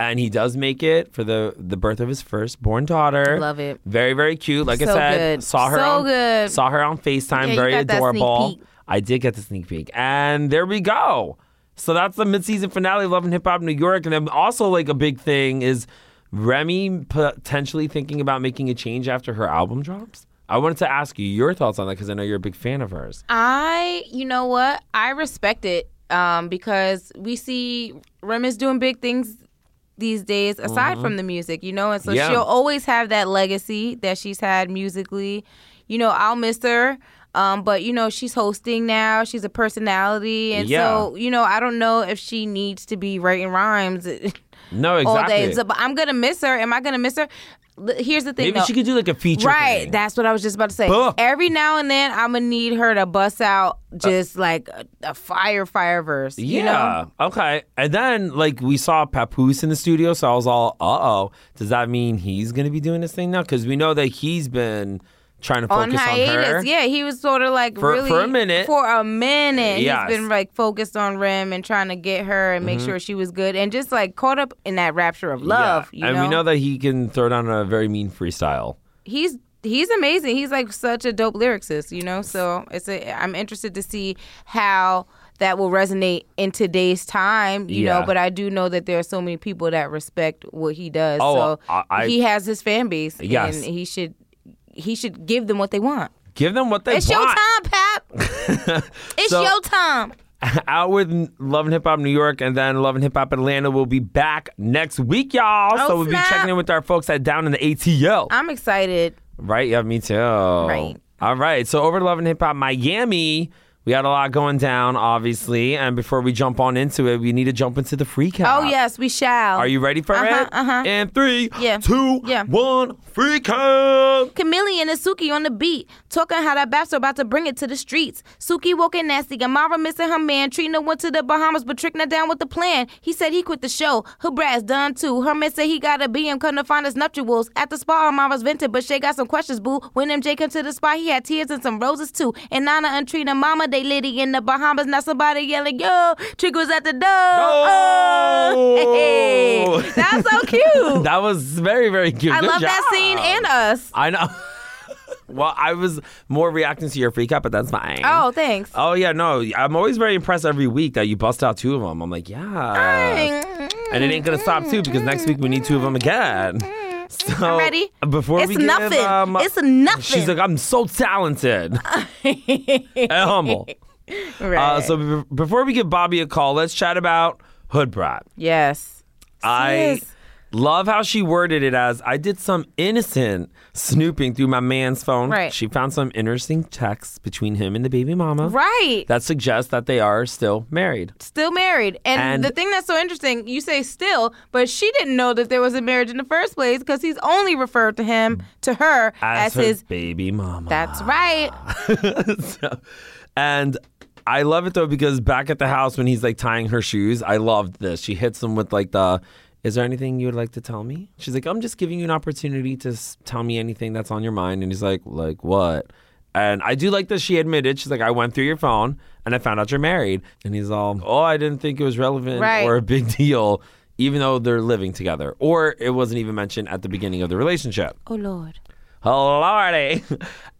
Speaker 1: And he does make it for the the birth of his firstborn daughter.
Speaker 2: Love it.
Speaker 1: Very, very cute. Like I
Speaker 2: So
Speaker 1: said,
Speaker 2: good.
Speaker 1: saw her
Speaker 2: So
Speaker 1: on,
Speaker 2: good.
Speaker 1: saw her on FaceTime.
Speaker 2: Yeah, you
Speaker 1: very
Speaker 2: got that sneak
Speaker 1: adorable.
Speaker 2: peek.
Speaker 1: I did get the sneak peek. And there we go. So that's the midseason finale of Love and Hip Hop New York. And then also, like, a big thing is Remy potentially thinking about making a change after her album drops. I wanted to ask you your thoughts on that because I know you're a big fan of hers.
Speaker 2: I, you know what? I respect it um, because we see Rem is doing big things these days aside from the music, you know? And so
Speaker 1: Mm-hmm. Yeah.
Speaker 2: she'll always have that legacy that she's had musically. You know, I'll miss her. Um, but, you know, she's hosting now. She's a personality. And so, you know, I don't know if she needs to be writing rhymes
Speaker 1: No,
Speaker 2: all
Speaker 1: exactly.
Speaker 2: day. So, but I'm going to miss her. Am I going to miss her? L- Here's the thing.
Speaker 1: Maybe
Speaker 2: though.
Speaker 1: she could do like a feature.
Speaker 2: Right,
Speaker 1: thing.
Speaker 2: that's what I was just about to say.
Speaker 1: Buh.
Speaker 2: Every now and then, I'm gonna need her to bust out just like a, a fire, fire verse. you know?
Speaker 1: Uh, Yeah. Okay. And then like we saw Papoose in the studio, so I was all, uh oh, does that mean he's gonna be doing this thing now? Because we know that he's been trying to
Speaker 2: on
Speaker 1: focus on,
Speaker 2: hiatus.
Speaker 1: her.
Speaker 2: yeah, he was sort of like
Speaker 1: For-
Speaker 2: really
Speaker 1: for a minute.
Speaker 2: For a minute,
Speaker 1: Yes. Mm-hmm.
Speaker 2: he's been like focused on Rim and trying to get her and make sure she was good and just like caught up in that rapture of love.
Speaker 1: Yeah.
Speaker 2: You
Speaker 1: and
Speaker 2: know?
Speaker 1: we know that he can throw down a very mean freestyle.
Speaker 2: he's he's amazing. He's like such a dope lyricist, you know. So it's a I'm interested to see how that will resonate in today's time, you
Speaker 1: Yeah.
Speaker 2: know. But I do know that there are so many people that respect what he does.
Speaker 1: Oh,
Speaker 2: so
Speaker 1: I- I-
Speaker 2: he has his fan base,
Speaker 1: Yes.
Speaker 2: and he should he should give them what they want.
Speaker 1: Give them what they
Speaker 2: It's your
Speaker 1: want.
Speaker 2: time, Pap. it's
Speaker 1: So-
Speaker 2: your time.
Speaker 1: Out with Love and Hip Hop New York, and then Love and Hip Hop Atlanta will be back next week, y'all.
Speaker 2: Oh,
Speaker 1: so we'll be
Speaker 2: snap.
Speaker 1: checking in with our folks at Down in the ATL.
Speaker 2: I'm excited.
Speaker 1: Right? Yeah, me too. Right. All right. So over to Love and Hip Hop Miami. We had a lot going down, obviously. And before we jump on into it, we need to jump into the free
Speaker 2: Oh
Speaker 1: cast.
Speaker 2: yes, we shall.
Speaker 1: Uh, Are you ready for
Speaker 2: Uh-huh,
Speaker 1: it?
Speaker 2: uh-huh.
Speaker 1: And three,
Speaker 2: Yeah.
Speaker 1: two,
Speaker 2: Yeah.
Speaker 1: one, free cast.
Speaker 2: Chameleon and Suki on the beat, talking how that baps are about to bring it to the streets. Suki walking nasty, Amara missing her man. Trina went to the Bahamas, but Trickna down with the plan. He said he quit the show. Her brad's done too. Her man said he got a BM, come to find his nuptials. At the spa, Amara's vented, but Shay got some questions, boo. When MJ came to the spa, he had tears and some roses too. And Nana and Trina, Mama, they litty in the Bahamas. Now somebody yelling, yo, Trick was at the door.
Speaker 1: No!
Speaker 2: Oh. Hey, that's so cute.
Speaker 1: That was very, very cute.
Speaker 2: I
Speaker 1: Good
Speaker 2: love that
Speaker 1: job.
Speaker 2: scene and us.
Speaker 1: I know. well, I was more reacting to your free cut, but that's fine.
Speaker 2: Oh, thanks.
Speaker 1: Oh, yeah, no. I'm always very impressed every week that you bust out two of them. I'm like, yeah. And it ain't gonna stop too because next week we need two of them again. So
Speaker 2: I'm ready.
Speaker 1: Before
Speaker 2: It's
Speaker 1: we give,
Speaker 2: nothing.
Speaker 1: um,
Speaker 2: It's nothing.
Speaker 1: She's like, I'm so talented and humble. Uh,
Speaker 2: Right.
Speaker 1: so be- before we give Bobby a call, let's chat about Hood Brat.
Speaker 2: yes.
Speaker 1: I
Speaker 2: Sis.
Speaker 1: love how she worded it as I did some innocent snooping through my man's phone.
Speaker 2: Right.
Speaker 1: She found some interesting texts between him and the baby mama
Speaker 2: Right.
Speaker 1: that suggests that they are still married.
Speaker 2: still married. And,
Speaker 1: And-
Speaker 2: the thing that's so interesting, you say still, but she didn't know that there was a marriage in the first place because he's only referred to him to her as,
Speaker 1: As, her
Speaker 2: his.
Speaker 1: baby mama.
Speaker 2: That's right.
Speaker 1: So- and I love it though because back at the house when he's like tying her shoes, I loved this. She hits him with like the, "Is there anything you would like to tell me?" She's like, "I'm just giving you an opportunity to s- tell me anything that's on your mind." And he's like, "Like what?" And I do like that she admitted. She's like, "I went through your phone and I found out you're married." And he's all, "Oh, I didn't think it was relevant
Speaker 2: Right.
Speaker 1: or a big deal." Even though they're living together, or it wasn't even mentioned at the beginning of the relationship.
Speaker 2: Oh Lord.
Speaker 1: Lordy.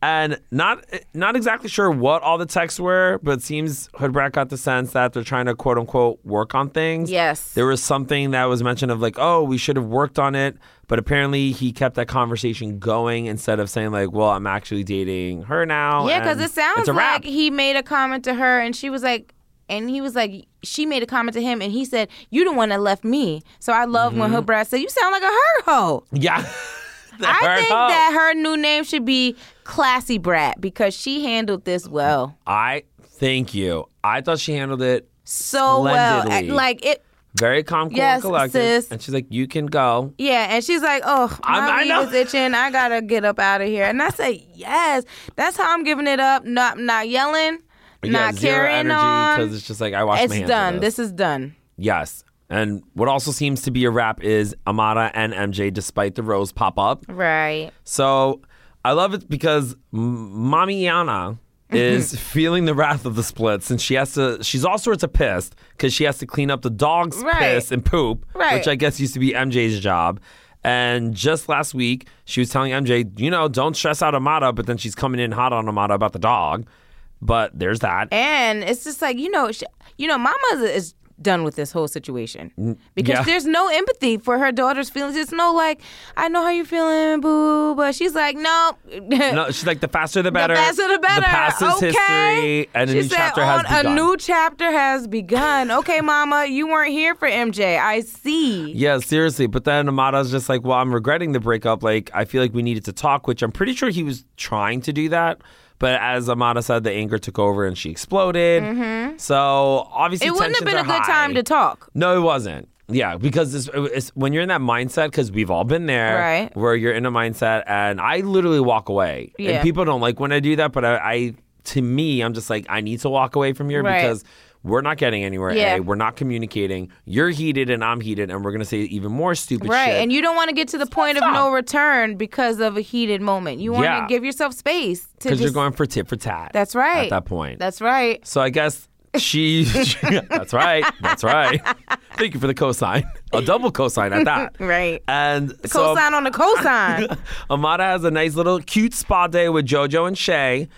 Speaker 1: And not not exactly sure what all the texts were, but it seems Hoodbrat got the sense that they're trying to quote unquote work on things.
Speaker 2: Yes.
Speaker 1: There was something that was mentioned of like, oh, we should have worked on it, but apparently he kept that conversation going instead of saying like, well, I'm actually dating her now.
Speaker 2: Yeah, because
Speaker 1: and
Speaker 2: it sounds
Speaker 1: it's a wrap.
Speaker 2: like he made a comment to her, and she was like, and he was like, she made a comment to him, and he said, "You the one that left me." So I love
Speaker 1: Mm-hmm.
Speaker 2: when her bride said, "You sound like a her hoe."
Speaker 1: yeah.
Speaker 2: I
Speaker 1: Her
Speaker 2: think
Speaker 1: hoe.
Speaker 2: that her new name should be Classy Brat because she handled this well,
Speaker 1: I thank you. I thought she handled it
Speaker 2: so well.
Speaker 1: Splendidly.
Speaker 2: Like it,
Speaker 1: very calm, cool,
Speaker 2: Yes,
Speaker 1: and collected.
Speaker 2: sis.
Speaker 1: And she's like, you can go.
Speaker 2: Yeah, and she's like, "Oh,
Speaker 1: I'm- I
Speaker 2: my
Speaker 1: know.
Speaker 2: knee is itching. I gotta get up out of here." And I say, "Yes, that's how I'm giving it up. Not not yelling,
Speaker 1: yeah,
Speaker 2: not
Speaker 1: zero
Speaker 2: carrying
Speaker 1: energy
Speaker 2: on.
Speaker 1: because it's just like I wash my
Speaker 2: It's
Speaker 1: hands. of
Speaker 2: done.
Speaker 1: this.
Speaker 2: This is done.
Speaker 1: Yes. And what also seems to be a wrap is Amara and MJ, despite the rose pop up.
Speaker 2: Right?
Speaker 1: So I love it because M- Mommy Yana is feeling the wrath of the splits, and she has to. She's all sorts of pissed because she has to clean up the dog's
Speaker 2: Right.
Speaker 1: piss and poop,
Speaker 2: Right.
Speaker 1: which I guess used to be MJ's job. And just last week, she was telling MJ, you know, don't stress out Amada, but then she's coming in hot on Amada about the dog. But there's that.
Speaker 2: And it's just like you know, sh you know, Mama is done with this whole situation because
Speaker 1: Mm, yeah.
Speaker 2: there's no empathy for her daughter's feelings. It's no like, I know how you're feeling, boo, but she's like, nope.
Speaker 1: No, she's like the faster the better.
Speaker 2: The faster the better.
Speaker 1: The past is
Speaker 2: okay.
Speaker 1: history, and a
Speaker 2: she
Speaker 1: new
Speaker 2: said,
Speaker 1: chapter
Speaker 2: on
Speaker 1: has begun.
Speaker 2: A new chapter has begun. Okay, Mama, you weren't here for MJ. I see.
Speaker 1: yeah, seriously. But then Amada's just like, well, I'm regretting the breakup. Like, I feel like we needed to talk, which I'm pretty sure he was trying to do that. But as Amada said, the anger took over and she exploded. So obviously,
Speaker 2: Mm-hmm. it wouldn't
Speaker 1: tensions
Speaker 2: have been a
Speaker 1: are
Speaker 2: good
Speaker 1: high.
Speaker 2: time to talk.
Speaker 1: No, it wasn't. Yeah, because this, it's, when you're in that mindset, because we've all been there,
Speaker 2: Right.
Speaker 1: Where you're in a mindset, and I literally walk away. And
Speaker 2: Yeah.
Speaker 1: people don't like when I do that, but I, I, to me, I'm just like, I need to walk away from here
Speaker 2: Right.
Speaker 1: because we're not getting anywhere.
Speaker 2: Yeah.
Speaker 1: A, we're not communicating. You're heated and I'm heated, and we're gonna say even more stupid
Speaker 2: Right.
Speaker 1: shit.
Speaker 2: And you don't want to get to the point of
Speaker 1: up.
Speaker 2: no return because of a heated moment. You want to
Speaker 1: Yeah.
Speaker 2: give yourself space to
Speaker 1: because
Speaker 2: just.
Speaker 1: you're going for tit for tat.
Speaker 2: that's right.
Speaker 1: At that point.
Speaker 2: That's right.
Speaker 1: So I guess she. that's right. That's right. Thank you for the cosign. A double cosign at that.
Speaker 2: Right.
Speaker 1: And so
Speaker 2: Cosign on the cosign.
Speaker 1: Amada has a nice little cute spa day with JoJo and Shay.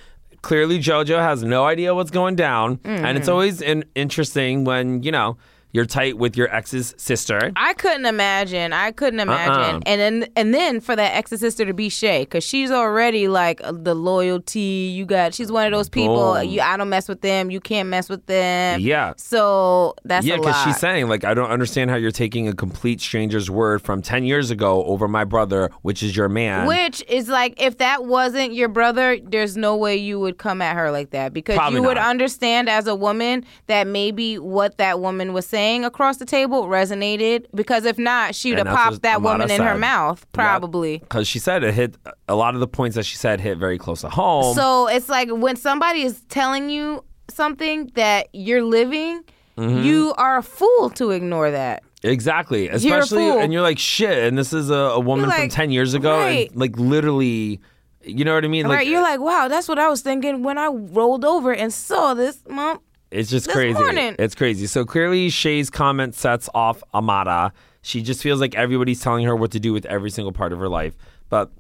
Speaker 1: Clearly, JoJo has no idea what's going down, and
Speaker 2: Mm.
Speaker 1: it's always in- interesting when you know you're tight with your ex's sister.
Speaker 2: I couldn't imagine. I couldn't imagine.
Speaker 1: Uh-uh.
Speaker 2: And then and then for that ex sister to be Shay, because she's already like uh, the loyalty you got. She's one of those people.
Speaker 1: Boom.
Speaker 2: You, I don't mess with them. You can't mess with them.
Speaker 1: Yeah.
Speaker 2: So that's
Speaker 1: yeah,
Speaker 2: a lot.
Speaker 1: because she's saying like, I don't understand how you're taking a complete stranger's word from ten years ago over my brother, which is your man.
Speaker 2: Which is like, if that wasn't your brother, there's no way you would come at her like that because
Speaker 1: Probably
Speaker 2: you would
Speaker 1: not.
Speaker 2: understand as a woman that maybe what that woman was saying across the table resonated. Because if not, she would
Speaker 1: And
Speaker 2: have
Speaker 1: that's
Speaker 2: popped
Speaker 1: what
Speaker 2: that
Speaker 1: Amara
Speaker 2: woman in her
Speaker 1: said.
Speaker 2: mouth, probably.
Speaker 1: because she said it hit a lot of the points that she said hit very close to home.
Speaker 2: So it's like when somebody is telling you something that you're living,
Speaker 1: Mm-hmm.
Speaker 2: you are a fool to ignore that.
Speaker 1: Exactly.
Speaker 2: a
Speaker 1: Especially,
Speaker 2: fool.
Speaker 1: and you're like, shit, and this is a, a woman from
Speaker 2: like,
Speaker 1: 10 years ago.
Speaker 2: right.
Speaker 1: And like, literally, you know what I mean? Like, eh
Speaker 2: right? You're like, wow, that's what I was thinking when I rolled over and saw this mom.
Speaker 1: it's just
Speaker 2: this
Speaker 1: crazy.
Speaker 2: morning.
Speaker 1: It's crazy. So clearly, Shay's comment sets off Amada. She just feels like everybody's telling her what to do with every single part of her life. But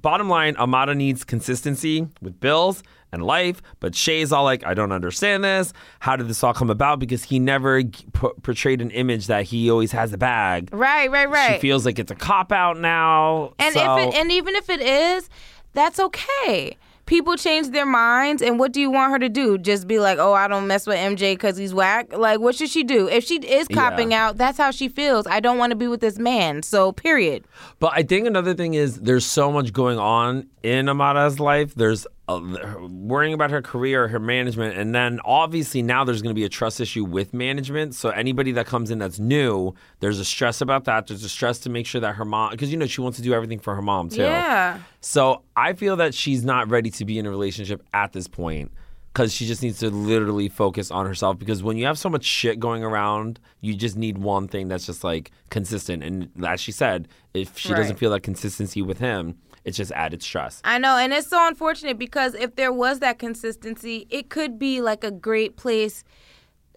Speaker 1: bottom line, Amada needs consistency with bills and life. But Shay's all like, I don't understand this. How did this all come about? Because he never g- po- portrayed an image that he always has a bag.
Speaker 2: Right, right, right.
Speaker 1: She feels like it's a cop out now.
Speaker 2: and
Speaker 1: so-
Speaker 2: if it, and even if it is, that's okay. people change their minds, and what do you want her to do? Just be like, oh, I don't mess with MJ because he's whack. Like, what should she do if she is copping out? That's how she feels. I don't want to be with this man. So period.
Speaker 1: But I think another thing is there's so much going on in Amada's life. There's uh, worrying about her career, her management, and then obviously now there's going to be a trust issue with management. So anybody that comes in that's new, there's a stress about that. There's a stress to make sure that her mom, because you know she wants to do everything for her mom too.
Speaker 2: Yeah.
Speaker 1: So I feel that she's not ready to be in a relationship at this point because she just needs to literally focus on herself. Because when you have so much shit going around, you just need one thing that's just like consistent. And as she said, if she doesn't
Speaker 2: Right.
Speaker 1: feel that consistency with him, it's just added stress.
Speaker 2: I know, and it's so unfortunate because if there was that consistency, it could be like a great place,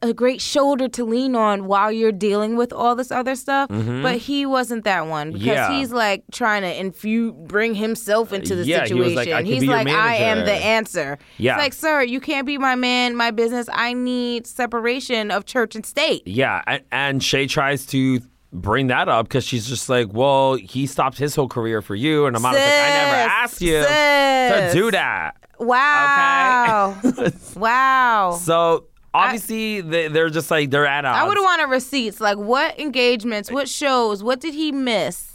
Speaker 2: a great shoulder to lean on while you're dealing with all this other stuff. But he wasn't that one because
Speaker 1: Mm-hmm. Yeah.
Speaker 2: he's like trying to infuse, bring himself into the
Speaker 1: Yeah, he was
Speaker 2: situation.
Speaker 1: like, "I could
Speaker 2: he's
Speaker 1: be your
Speaker 2: like, I am the
Speaker 1: manager."
Speaker 2: answer.
Speaker 1: Yeah.
Speaker 2: It's like, sir, you can't be my man, my business. I need separation of church and state.
Speaker 1: Yeah, and, and Shay tries to bring that up because she's just like, "Well, he stopped his whole career for you," and I'm like, "I never
Speaker 2: Sis,
Speaker 1: asked you to
Speaker 2: sis.
Speaker 1: do that."
Speaker 2: Wow. wow.
Speaker 1: So obviously, they, they're just like they're at odds.
Speaker 2: I would have wanted receipts. Like what engagements, what shows, what did he miss,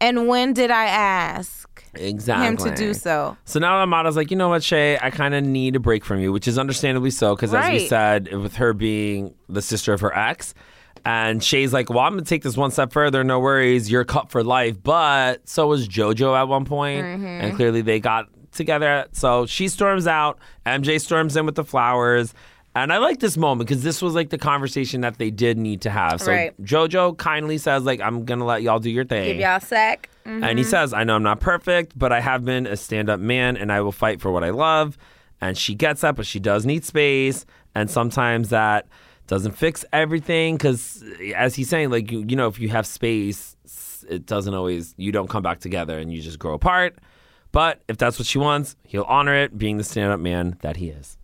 Speaker 2: and when did I ask
Speaker 1: exactly
Speaker 2: him to do so?
Speaker 1: So now Amada's like, you know what, Shay, I kind of need a break from you, which is understandably so, because as we
Speaker 2: Right.
Speaker 1: said, with her being the sister of her ex, and Shay's like, well, I'm gonna take this one step further. No worries, you're cut for life. But so was JoJo at one point,
Speaker 2: Mm-hmm.
Speaker 1: and clearly they got together. So she storms out. MJ storms in with the flowers. And I like this moment because this was like the conversation that they did need to have. So
Speaker 2: Right.
Speaker 1: JoJo kindly says, like, I'm gonna let y'all do your thing.
Speaker 2: sack.
Speaker 1: And he says, I know I'm not perfect, but I have been a stand up man and I will fight for what I love. And she gets up, but she does need space. And sometimes that doesn't fix everything because, as he's saying, like, you, you know, if you have space, s- it doesn't always, you don't come back together and you just grow apart. But if that's what she wants, he'll honor it being the stand up man that he is.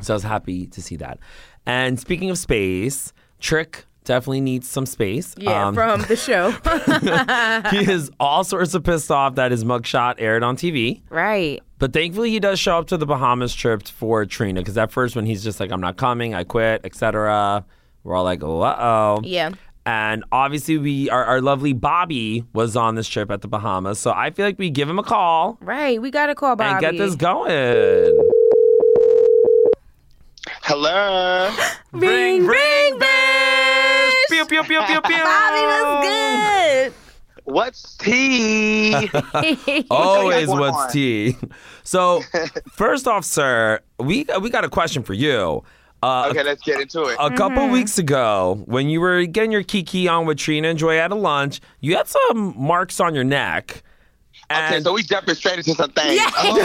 Speaker 1: So I was happy to see that. And speaking of space, Trick definitely needs some space. Um,
Speaker 2: from the show.
Speaker 1: he is all sorts of pissed off that his mugshot aired on TV.
Speaker 2: right.
Speaker 1: But thankfully, he does show up to the Bahamas trip for Trina. Because at first, when he's just like, "I'm not coming, I quit," etc., we're all like, "Uh oh."
Speaker 2: Yeah.
Speaker 1: And obviously, we our, our lovely Bobby was on this trip at the Bahamas, so I feel like we give him a call
Speaker 2: Right. We gotta call Bobby.
Speaker 1: and get this going.
Speaker 3: Hello.
Speaker 2: Ring,
Speaker 1: ring, bitch! Pew pew pew pew pew.
Speaker 2: Bobby was
Speaker 3: What's tea?
Speaker 1: Oh,
Speaker 2: good.
Speaker 1: Always
Speaker 3: What's
Speaker 1: what's
Speaker 3: on?
Speaker 1: tea. So, first off, sir, we we got a question for you. Uh,
Speaker 3: okay, let's get into it.
Speaker 1: a couple
Speaker 2: Mm-hmm.
Speaker 1: weeks ago, when you were getting your kiki on with Trina and Joy at a lunch, you had some marks on your neck. And
Speaker 3: okay, so we jumping straight into some things. Oh.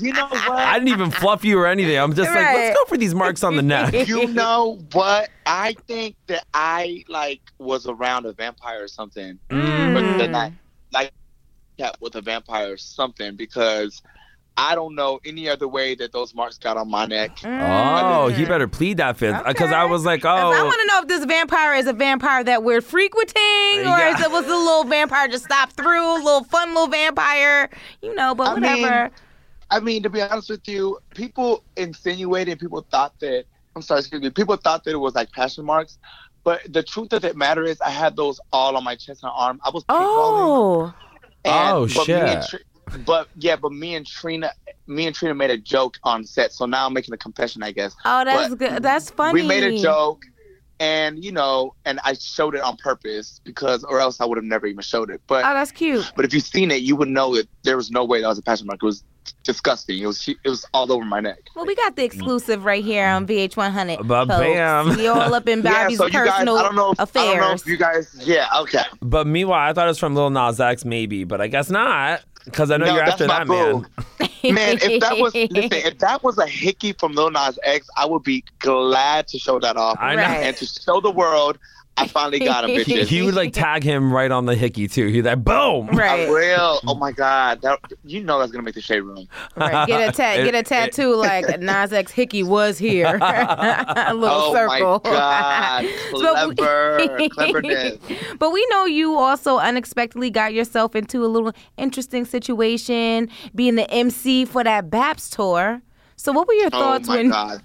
Speaker 3: you know
Speaker 1: I
Speaker 3: what?
Speaker 1: didn't even fluff you or anything. I'm just like,
Speaker 2: Right.
Speaker 1: let's go for these marks on the neck.
Speaker 3: You know what? I think that I like was around a vampire or something.
Speaker 2: Mm-hmm.
Speaker 3: But then I like cat with a vampire or something because I don't know any other way that those marks got on my neck.
Speaker 1: Oh, you better plead that fifth. Because I
Speaker 2: Okay.
Speaker 1: was like, oh.
Speaker 2: I want to know if this vampire is a vampire that we're frequenting, or
Speaker 1: Yeah.
Speaker 2: is it was the little vampire just stopped through, little fun little vampire, you know? But
Speaker 3: I mean,
Speaker 2: whatever.
Speaker 3: I mean, to be honest with you, people insinuated, people thought that, I'm sorry, excuse me, people thought that it was like passion marks. But the truth of the matter is, I had those all on my chest and arm. I was paintballing.
Speaker 2: oh,
Speaker 3: And,
Speaker 1: Oh,
Speaker 3: but me and
Speaker 1: shit.
Speaker 3: Tr- but yeah, but me and Trina, me and Trina made a joke on set. So now I'm making a confession, I guess.
Speaker 2: oh, that's
Speaker 3: But
Speaker 2: good. That's funny.
Speaker 3: We made a joke, and you know, and I showed it on purpose because, or else I would have never even showed it. But
Speaker 2: Oh, that's cute.
Speaker 3: but if you've seen it, you would know that there was no way that was a passion mark. It was disgusting. It was it was all over my neck.
Speaker 2: Well, we got the exclusive right here on VH100.
Speaker 1: Ba-
Speaker 2: folks.
Speaker 1: bam.
Speaker 2: We all up in Bobby's
Speaker 3: yeah, so you guys,
Speaker 2: personal
Speaker 3: I don't know if, I don't know
Speaker 2: affairs.
Speaker 3: if you guys, yeah, okay.
Speaker 1: But meanwhile, I thought it was from Lil Nas X, maybe, but I guess not. Because I know
Speaker 3: No,
Speaker 1: you're
Speaker 3: that's
Speaker 1: after
Speaker 3: my
Speaker 1: that
Speaker 3: boo.
Speaker 1: man.
Speaker 3: Man, if that was listen, if that was a hickey from Lil Nas X, I would be glad to show that off
Speaker 1: I know.
Speaker 2: Right.
Speaker 3: and to show the world I finally got him, bitches.
Speaker 1: He would like tag him right on the hickey too. He'd like boom.
Speaker 3: I
Speaker 2: Right.
Speaker 3: will. Oh my god, that you know that's gonna make the shade room.
Speaker 2: right. Get a ta- get a tattoo like Nas X Hickey was here. a little
Speaker 3: oh
Speaker 2: circle.
Speaker 3: my god,
Speaker 2: So-
Speaker 3: clever, cleverness.
Speaker 2: But we know you also unexpectedly got yourself into a little interesting situation, being the MC for that BAPS tour. So what were your
Speaker 3: Oh
Speaker 2: thoughts
Speaker 3: my
Speaker 2: when?
Speaker 3: god,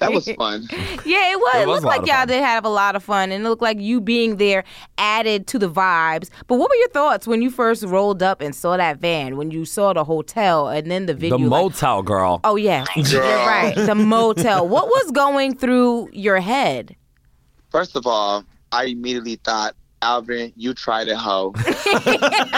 Speaker 3: that was fun.
Speaker 2: yeah, it was. It,
Speaker 1: It was
Speaker 2: looked
Speaker 1: a lot
Speaker 2: like
Speaker 1: of
Speaker 2: y'all
Speaker 1: fun.
Speaker 2: did have a lot of fun, and it looked like you being there added to the vibes. But what were your thoughts when you first rolled up and saw that van? When you saw the hotel and then the
Speaker 1: The
Speaker 2: venue? like,
Speaker 1: motel girl.
Speaker 2: Oh yeah, you're right. The motel. What was going through your head?
Speaker 3: First of all, I immediately thought, Alvin, you tried it, hoe.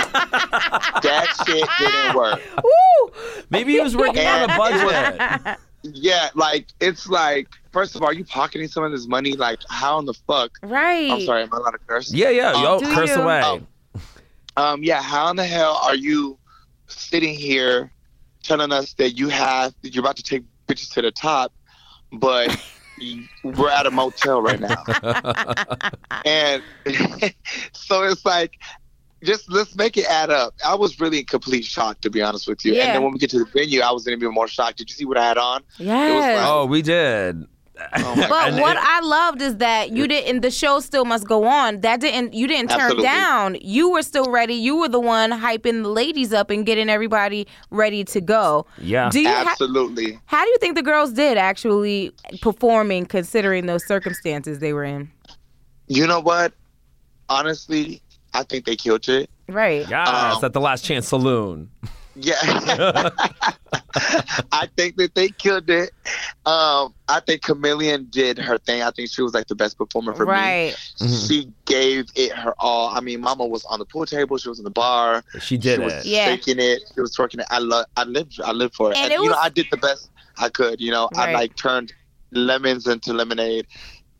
Speaker 3: that shit didn't work.
Speaker 2: Woo!
Speaker 1: Maybe he was working on a budget.
Speaker 3: Yeah, like it's like, first of all, you pocketing some of this money. Like, how in the fuck?
Speaker 2: Right.
Speaker 3: I'm sorry, am I allowed to curse?
Speaker 1: Yeah, yeah. Yo,
Speaker 3: Oh,
Speaker 2: do
Speaker 1: curse
Speaker 2: you?
Speaker 1: away.
Speaker 3: Oh. Um, yeah, how in the hell are you sitting here telling us that you have that you're about to take bitches to the top, but we're at a motel right now? and so it's like just let's make it add up. I was really in complete shock to be honest with you.
Speaker 2: Yeah.
Speaker 3: And then when we get to the venue, I was in even more shocked. Did you see what I had on?
Speaker 2: Yes.
Speaker 1: Oh, we did.
Speaker 3: Oh my
Speaker 2: But
Speaker 1: And
Speaker 2: what
Speaker 1: it-
Speaker 2: I loved is that you didn't. The show still must go on. That didn't. You didn't turn
Speaker 3: Absolutely.
Speaker 2: down. You were still ready. You were the one hyping the ladies up and getting everybody ready to go.
Speaker 1: Yeah.
Speaker 2: Do you? ha-
Speaker 3: Absolutely.
Speaker 2: how do you think the girls did actually performing, considering those circumstances they were in?
Speaker 3: You know what? Honestly, I think they killed it.
Speaker 2: Right.
Speaker 1: Yes,
Speaker 2: Oh.
Speaker 3: Um,
Speaker 1: at the Last Chance Saloon.
Speaker 3: Yeah. I think that they killed it. Um, I think Chameleon did her thing. I think she was like the best performer for me.
Speaker 2: Right.
Speaker 3: She gave it her all. I mean, Mama was on the pool table. She was in the bar.
Speaker 1: She did
Speaker 3: she
Speaker 1: it.
Speaker 3: was
Speaker 2: Yeah.
Speaker 3: shaking it. She was twerking it. I love. I lived. I lived for it.
Speaker 2: And
Speaker 3: And,
Speaker 2: it
Speaker 3: you know,
Speaker 2: was-
Speaker 3: I did the best I could. You know, I
Speaker 2: Right.
Speaker 3: like turned lemons into lemonade,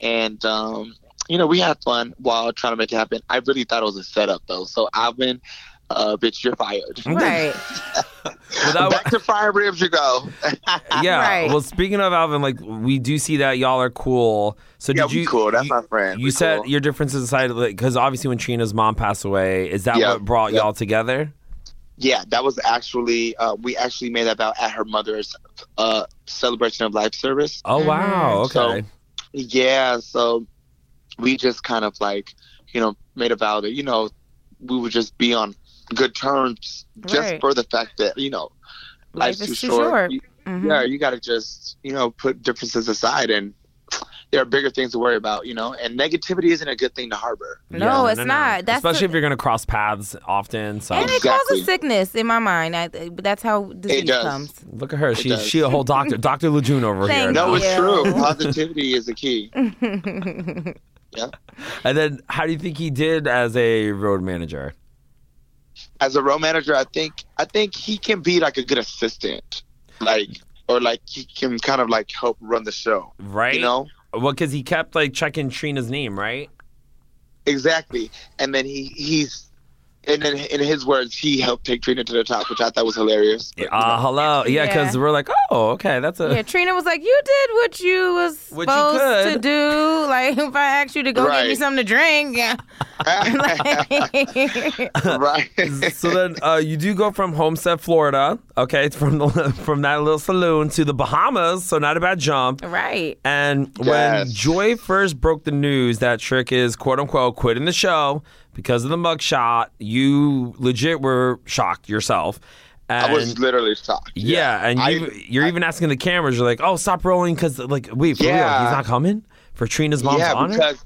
Speaker 3: and um, you know, we had fun while trying to make it happen. I really thought it was a setup though. So I've been, uh, bitch, you're fired.
Speaker 2: Right.
Speaker 1: Without-
Speaker 3: Back to fire ribs you go.
Speaker 1: yeah.
Speaker 2: Right.
Speaker 1: Well, speaking of Alvin, like we do see that y'all are cool. So
Speaker 3: yeah,
Speaker 1: did you?
Speaker 3: we cool. That's
Speaker 1: you-
Speaker 3: my friend.
Speaker 1: You
Speaker 3: We
Speaker 1: said
Speaker 3: cool.
Speaker 1: your differences aside, because obviously when Trina's mom passed away, is that
Speaker 3: Yeah,
Speaker 1: what brought
Speaker 3: yeah.
Speaker 1: y'all together?
Speaker 3: yeah, that was actually uh, we actually made that vow at her mother's uh, celebration of life service.
Speaker 1: Oh
Speaker 2: Mhm.
Speaker 1: wow,
Speaker 3: So-
Speaker 1: okay.
Speaker 3: Yeah, so we just kind of like, you know, made a vow that, you know, we would just be on good terms just
Speaker 2: Right.
Speaker 3: for the fact that, you know,
Speaker 2: Life
Speaker 3: life's
Speaker 2: is too
Speaker 3: too short.
Speaker 2: short.
Speaker 3: You-
Speaker 2: Mhm.
Speaker 3: Yeah, you got to just, you know, put differences aside and there are bigger things to worry about, you know, and negativity isn't a good thing to harbor.
Speaker 2: No, it's not. That's
Speaker 1: especially
Speaker 2: the-
Speaker 1: if you're gonna cross paths often. So
Speaker 2: And it
Speaker 3: Exactly.
Speaker 2: causes sickness in my mind. I, that's how disease
Speaker 3: does.
Speaker 2: comes.
Speaker 1: look at her. She's
Speaker 3: does.
Speaker 1: she a whole doctor, Doctor Lejeune over here.
Speaker 2: Thank
Speaker 3: No, it's
Speaker 2: Yeah.
Speaker 3: true. Positivity is the key.
Speaker 1: And then how do you think he did as a road manager?
Speaker 3: As a road manager, I think I think he can be like a good assistant, like or like he can kind of like help run the show,
Speaker 1: Right.
Speaker 3: you know.
Speaker 1: Well, because he kept like checking Trina's name, right?
Speaker 3: Exactly. And then he he's and then in his words, he helped take Trina to the top, which I thought was hilarious. But, you
Speaker 1: Uh,
Speaker 3: know,
Speaker 1: hello. Yeah, because
Speaker 2: Yeah.
Speaker 1: we're like, oh, okay, that's a.
Speaker 2: Yeah, Trina was like, "You did what you was
Speaker 1: What you
Speaker 2: supposed to
Speaker 1: could."
Speaker 2: do. Like, if I asked you to go get me
Speaker 3: Right.
Speaker 2: something to drink, yeah. Like-
Speaker 3: right.
Speaker 1: so then uh, you do go from Homestead, Florida, okay, from the from that little saloon to the Bahamas. So not a bad jump.
Speaker 2: right,
Speaker 1: And
Speaker 3: Yes.
Speaker 1: when Joy first broke the news that Trick is quote unquote quitting the show because of the mugshot, you legit were shocked yourself. And
Speaker 3: I was literally shocked.
Speaker 1: yeah, and
Speaker 3: I-
Speaker 1: you, you're even asking the cameras. You're like, "Oh, stop rolling," because like, wait, for real,
Speaker 3: Yeah.
Speaker 1: he's not coming for Trina's mom's
Speaker 3: yeah,
Speaker 1: honor.
Speaker 3: because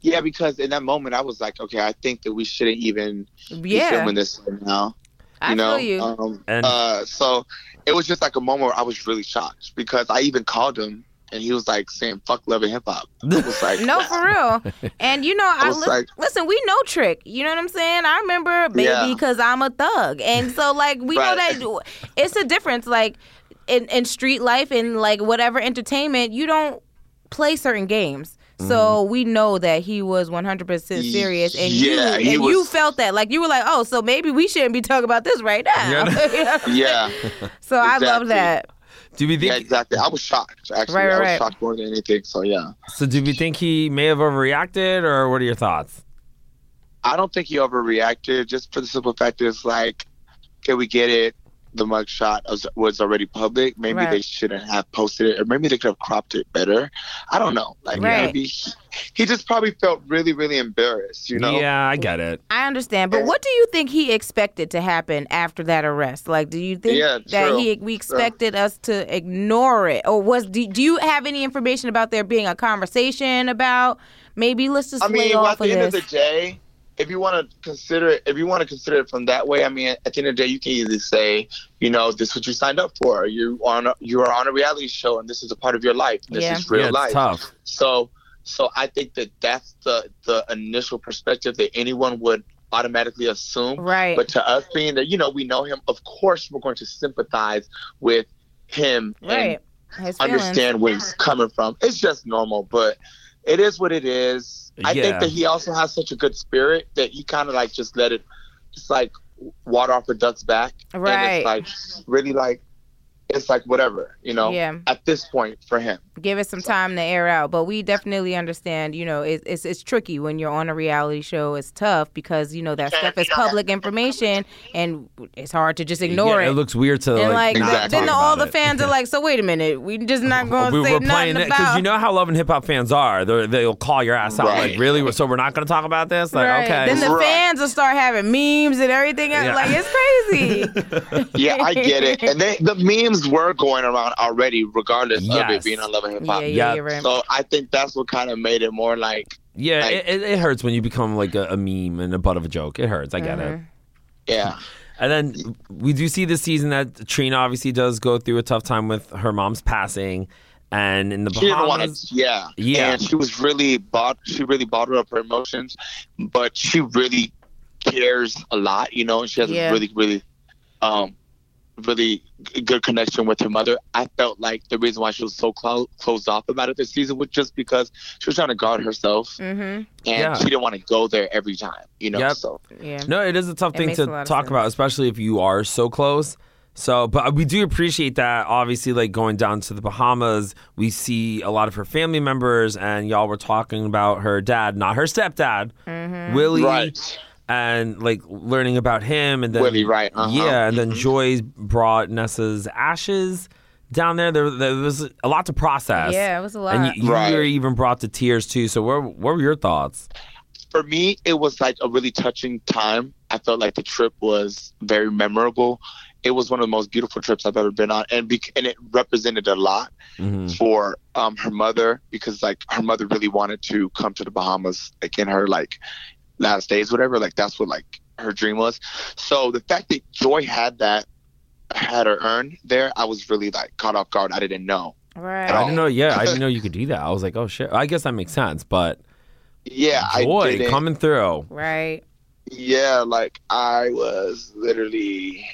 Speaker 3: yeah, because in that moment I was like, okay, I think that we shouldn't even be
Speaker 2: yeah.
Speaker 3: filming this right now. You
Speaker 2: I
Speaker 3: know?
Speaker 2: feel you.
Speaker 3: Um,
Speaker 1: And-
Speaker 3: uh, so it was just like a moment where I was really shocked because I even called him and he was like saying "fuck love and hip hop." I was like,
Speaker 2: no, for real. And you know, I,
Speaker 3: was
Speaker 2: lis-
Speaker 3: like-
Speaker 2: listen. We know Trick. You know what I'm saying? I remember baby
Speaker 3: Yeah.
Speaker 2: because I'm a thug, and so like we
Speaker 3: Right.
Speaker 2: know that it's a difference. Like in in street life and like whatever entertainment, you don't play certain games. So
Speaker 3: Mm-hmm.
Speaker 2: we know that he was 100% serious, and
Speaker 3: Yeah,
Speaker 2: you
Speaker 3: he
Speaker 2: and you
Speaker 3: was-
Speaker 2: felt that like you were like, oh, so maybe we shouldn't be talking about this right now.
Speaker 1: Yeah.
Speaker 3: yeah,
Speaker 2: so I love
Speaker 3: Exactly.
Speaker 2: that.
Speaker 1: Do we think?
Speaker 3: yeah, exactly. I was shocked. Actually,
Speaker 2: Right,
Speaker 3: I was
Speaker 2: right.
Speaker 3: shocked more than anything. So yeah,
Speaker 1: So, do we think he may have overreacted, or what are your thoughts?
Speaker 3: I don't think he overreacted. Just for the simple fact is like, can we get it? The mugshot was- was already public. Maybe
Speaker 2: Right.
Speaker 3: they shouldn't have posted it, or maybe they could have cropped it better. I don't know. Like
Speaker 2: Right.
Speaker 3: maybe he, he just probably felt really, really embarrassed. You know?
Speaker 1: Yeah, I get it.
Speaker 2: I understand, but what do you think he expected to happen after that arrest? Like, do you think
Speaker 3: Yeah,
Speaker 2: that
Speaker 3: true.
Speaker 2: he we expected us to ignore it, or was do, do you have any information about there being a conversation about maybe let's just
Speaker 3: I
Speaker 2: lay
Speaker 3: mean, well,
Speaker 2: off
Speaker 3: at the end
Speaker 2: of
Speaker 3: of the
Speaker 2: this?
Speaker 3: day, if you want to consider it, if you want to consider it from that way, I mean, at the end of the day, you can either say, you know, this is what you signed up for. You on a, you are on a reality show, and this is a part of your life. This
Speaker 2: Yeah.
Speaker 3: is real
Speaker 1: yeah, it's
Speaker 3: life.
Speaker 1: tough.
Speaker 3: So, so I think that that's the the initial perspective that anyone would automatically assume.
Speaker 2: right,
Speaker 3: But to us, being that you know we know him, of course we're going to sympathize with him and
Speaker 2: right, his feelings.
Speaker 3: understand where he's coming from. It's just normal, but it is what it is. I
Speaker 1: Yeah.
Speaker 3: think that he also has such a good spirit that you kind of like just let it, just like water off a duck's back.
Speaker 2: Right.
Speaker 3: And it's like really like, it's like whatever, you know,
Speaker 2: Yeah.
Speaker 3: at this point for him.
Speaker 2: Give it some time to air out, but we definitely understand. You know, it, it's it's tricky when you're on a reality show. It's tough because you know that stuff is public information, and it's hard to just ignore
Speaker 1: Yeah,
Speaker 2: it.
Speaker 1: It looks weird to
Speaker 2: and
Speaker 1: like.
Speaker 2: like
Speaker 1: not
Speaker 3: Exactly.
Speaker 2: then
Speaker 1: talk
Speaker 2: all
Speaker 1: about
Speaker 2: the
Speaker 1: it.
Speaker 2: fans are like, so wait a minute, we just not going to
Speaker 1: we
Speaker 2: say
Speaker 1: were
Speaker 2: nothing
Speaker 1: playing it because
Speaker 2: about.
Speaker 1: you know how love and hip hop fans are. They're, they'll call your ass out like,
Speaker 3: Right.
Speaker 1: really? So we're not going to talk about this? Like,
Speaker 2: Right.
Speaker 1: okay.
Speaker 2: Then the
Speaker 3: Right.
Speaker 2: fans will start having memes and everything. else.
Speaker 1: Yeah.
Speaker 2: Like it's crazy.
Speaker 3: Yeah, I get it. And they, the memes were going around already, regardless of
Speaker 1: Yes.
Speaker 3: it being on Love and Hip
Speaker 2: yeah,
Speaker 3: Hop.
Speaker 2: yeah,
Speaker 1: Yeah.
Speaker 2: yeah, right.
Speaker 3: So I think that's what kind of made it more like,
Speaker 1: yeah,
Speaker 3: like-
Speaker 1: it, it, it hurts when you become like a, a meme and a butt of a joke. It hurts. I get it.
Speaker 3: yeah,
Speaker 1: And then we do see this season that Trina obviously does go through a tough time with her mom's passing. And in the
Speaker 3: she didn't want
Speaker 1: Bahamas,
Speaker 3: to. Yeah,
Speaker 1: Yeah.
Speaker 3: And she was really bought. She really bottled up her emotions, but she really cares a lot, you know. And she has
Speaker 2: Yeah.
Speaker 3: a really, really, um, really g- good connection with her mother. I felt like the reason why she was so clo- closed off about it this season was just because she was trying to guard herself, and
Speaker 2: Mm-hmm.
Speaker 1: Yeah.
Speaker 3: she didn't want to go there every time, you know.
Speaker 1: Yep.
Speaker 3: So
Speaker 2: Yeah.
Speaker 1: No, it is a tough
Speaker 2: It
Speaker 1: thing
Speaker 2: makes
Speaker 1: to
Speaker 2: a lot of
Speaker 1: talk
Speaker 2: sense.
Speaker 1: about, especially if you are so close. So, but we do appreciate that. Obviously, like going down to the Bahamas, we see a lot of her family members, and y'all were talking about her dad, not her stepdad,
Speaker 2: Mm-hmm.
Speaker 1: Willie,
Speaker 3: right,
Speaker 1: and like learning about him, and then
Speaker 3: Willie, right? uh
Speaker 1: yeah, and then Joy brought Nessa's ashes down there. there. There was a lot to process.
Speaker 2: Yeah, it was a lot.
Speaker 1: and you, you
Speaker 3: Right.
Speaker 1: were even brought to tears too. So, what, what were your thoughts?
Speaker 3: for me, it was like a really touching time. I felt like the trip was very memorable. It was one of the most beautiful trips I've ever been on, and bec and it represented a lot
Speaker 1: Mhm.
Speaker 3: for um, her mother because like her mother really wanted to come to the Bahamas like in her like last days, whatever. Like that's what like her dream was. So the fact that Joy had that had her urn there, I was really like caught off guard. I didn't know.
Speaker 2: right.
Speaker 1: I
Speaker 3: Oh.
Speaker 1: didn't know. Yeah, I didn't know you could do that. I was like, oh shit. I guess that makes sense. But
Speaker 3: Yeah, I
Speaker 1: boy,
Speaker 3: didn't.
Speaker 1: coming through.
Speaker 2: Right.
Speaker 3: yeah, like I was literally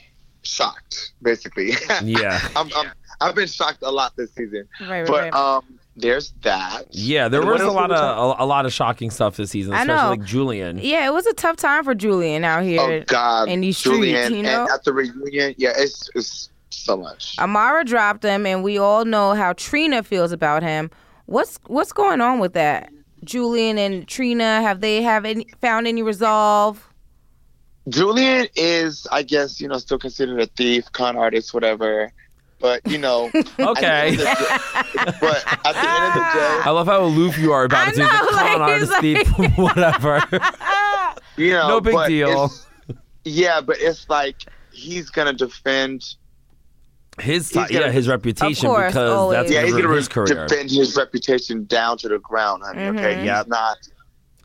Speaker 3: shocked, basically.
Speaker 1: Yeah,
Speaker 3: I'm, I'm, I've been shocked a lot this season.
Speaker 2: Right. Right.
Speaker 3: But
Speaker 2: right.
Speaker 3: um, there's that.
Speaker 1: yeah. There
Speaker 3: And
Speaker 1: was
Speaker 3: what
Speaker 1: a
Speaker 3: else
Speaker 1: lot
Speaker 3: were we
Speaker 1: of a, a lot of shocking stuff this season,
Speaker 2: I
Speaker 1: especially
Speaker 2: know.
Speaker 1: like Julian.
Speaker 2: yeah, it was a tough time for Julian out here.
Speaker 3: Oh God,
Speaker 2: in these
Speaker 3: Julian,
Speaker 2: streets, you know?
Speaker 3: and at the reunion, yeah, it's it's so much.
Speaker 2: Amara dropped him, and we all know how Trina feels about him. What's what's going on with that? Julian and Trina, have they have any, found any resolve?
Speaker 3: Julian is, I guess, you know, still considered a thief, con artist, whatever. But you know, at the
Speaker 1: Okay.
Speaker 3: end of the- but at the end of the
Speaker 1: I love how aloof you are about
Speaker 2: I
Speaker 1: it. so you're
Speaker 2: know,
Speaker 1: like,
Speaker 2: like,
Speaker 1: con
Speaker 2: he's
Speaker 1: artist, thief, whatever.
Speaker 3: day, you know,
Speaker 1: No big
Speaker 3: but
Speaker 1: deal.
Speaker 3: it's- Yeah, but it's like he's gonna defend.
Speaker 1: His
Speaker 3: He's
Speaker 1: yeah,
Speaker 3: gonna-
Speaker 1: his reputation
Speaker 2: Of course,
Speaker 1: because
Speaker 2: always.
Speaker 1: that's
Speaker 3: Yeah, he's
Speaker 1: gonna
Speaker 3: gonna
Speaker 1: ruin his career.
Speaker 3: defend his reputation down to the ground, honey. Okay,
Speaker 2: Mhm.
Speaker 3: he's
Speaker 1: Yep.
Speaker 3: not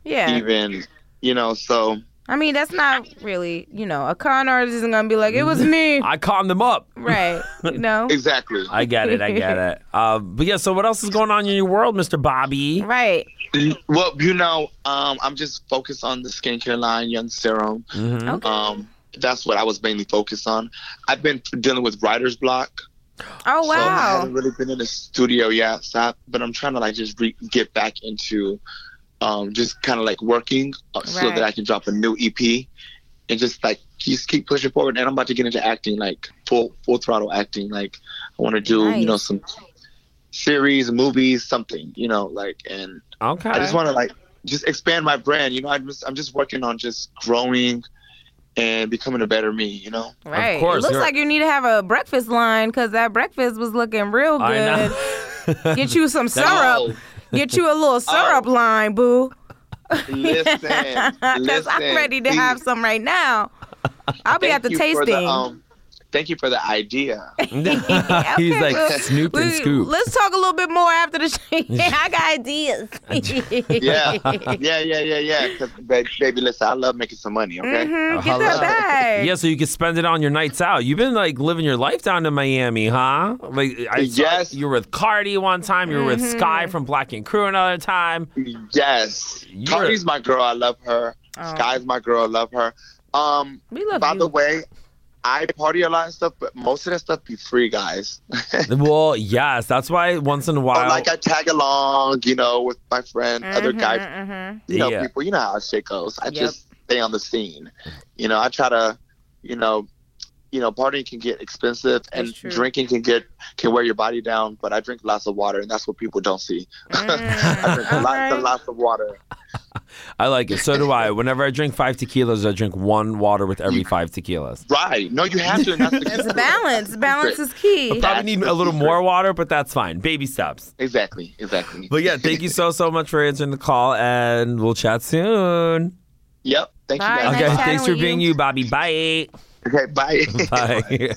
Speaker 2: Yeah.
Speaker 3: even, you know. So
Speaker 2: I mean, that's not really, you know, a con artist isn't gonna be like, it was me,
Speaker 1: Mm-hmm. I calmed him up.
Speaker 2: right? You know,
Speaker 3: exactly.
Speaker 1: I get it. I get it. Uh, but yeah, so what else is going on in your world, Mr. Bobby?
Speaker 2: right?
Speaker 3: Well, you know, um, I'm just focused on the skincare line, Young Serum.
Speaker 1: Mhm.
Speaker 2: Okay.
Speaker 3: Um, that's what I was mainly focused on. I've been dealing with writer's block.
Speaker 2: oh
Speaker 3: So I
Speaker 2: wow.
Speaker 3: haven't really been in the studio yet. So I, but I'm trying to like just re- get back into um, just kind of like working uh, so
Speaker 2: Right.
Speaker 3: that I can drop a new E EP and just like just keep pushing forward. And I'm about to get into acting, like full full throttle acting. Like I want to do
Speaker 2: Nice.
Speaker 3: you know some series, movies, something you know like and
Speaker 2: Oh.
Speaker 1: Okay.
Speaker 3: I just want to like just expand my brand. You know, I'm just I'm just working on just growing and becoming a better me. You know,
Speaker 2: Right.
Speaker 1: course,
Speaker 2: it looks
Speaker 1: you're-
Speaker 2: like you need to have a breakfast line because that breakfast was looking real
Speaker 1: I
Speaker 2: good.
Speaker 1: know.
Speaker 2: Get you some
Speaker 3: Oh,
Speaker 2: syrup. Get you a little syrup line, boo.
Speaker 3: listen,
Speaker 2: Because I'm
Speaker 3: listen,
Speaker 2: ready to
Speaker 3: please.
Speaker 2: have some right now. I'll be
Speaker 3: Thank
Speaker 2: at the
Speaker 3: you for
Speaker 2: tasting.
Speaker 3: um, thank you for the idea.
Speaker 1: He's
Speaker 2: Okay,
Speaker 1: like
Speaker 2: well,
Speaker 1: snooped and
Speaker 2: we-
Speaker 1: scooped.
Speaker 2: Let's talk a little bit more after the show. yeah, I got ideas.
Speaker 3: Yeah, yeah, yeah, yeah, yeah. 'Cause, ba- baby, listen, I love making some money. Okay.
Speaker 2: Mhm,
Speaker 1: Hello.
Speaker 2: Get that bag.
Speaker 1: Yeah, so you can spend it on your nights out. You've been like living your life down in Miami, huh? Like, I saw
Speaker 3: Yes.
Speaker 1: You were with Cardi one time. You were with
Speaker 2: Mm-hmm.
Speaker 1: Sky from Black and Crew another time.
Speaker 3: Yes,
Speaker 1: You're-
Speaker 3: Cardi's my girl. I love her.
Speaker 2: Oh.
Speaker 3: Sky's my girl. I love her. Um,
Speaker 2: We love
Speaker 3: by
Speaker 2: you.
Speaker 3: the way, I party a lot and stuff, but most of that stuff be free, guys.
Speaker 1: Well, yes, that's why once in a
Speaker 3: Or
Speaker 1: while.
Speaker 3: like I tag along, you know, with my friend, other
Speaker 2: Mhm,
Speaker 3: guy,
Speaker 2: mhm.
Speaker 3: you know,
Speaker 1: Yeah.
Speaker 3: people. You know how shit goes. I
Speaker 2: Yep.
Speaker 3: just stay on the scene. You know, I try to, you know, you know, partying can get expensive and
Speaker 2: That's true.
Speaker 3: drinking can get can wear your body down. But I drink lots of water, and that's what people don't see. I drink
Speaker 2: Mm,
Speaker 3: lots
Speaker 2: alright.
Speaker 3: and lots of water.
Speaker 1: I like it. So do I. Whenever I drink five tequilas, I drink one water with every five tequilas.
Speaker 3: Right? No, you have to. And that's the
Speaker 2: It's
Speaker 3: secret.
Speaker 2: balance. Balance is key.
Speaker 1: Probably need a little
Speaker 3: That's the
Speaker 1: more water, but that's fine. Baby steps.
Speaker 3: Exactly. Exactly.
Speaker 1: But yeah, thank you so so much for answering the call, and we'll chat soon.
Speaker 3: Yep. Thank
Speaker 2: Bye,
Speaker 3: you.
Speaker 2: Nice
Speaker 3: Guys.
Speaker 1: Okay,
Speaker 2: chatting
Speaker 1: thanks for
Speaker 2: with
Speaker 1: being
Speaker 2: you.
Speaker 1: you, Bobby. Bye.
Speaker 3: Okay. Bye.
Speaker 1: Bye.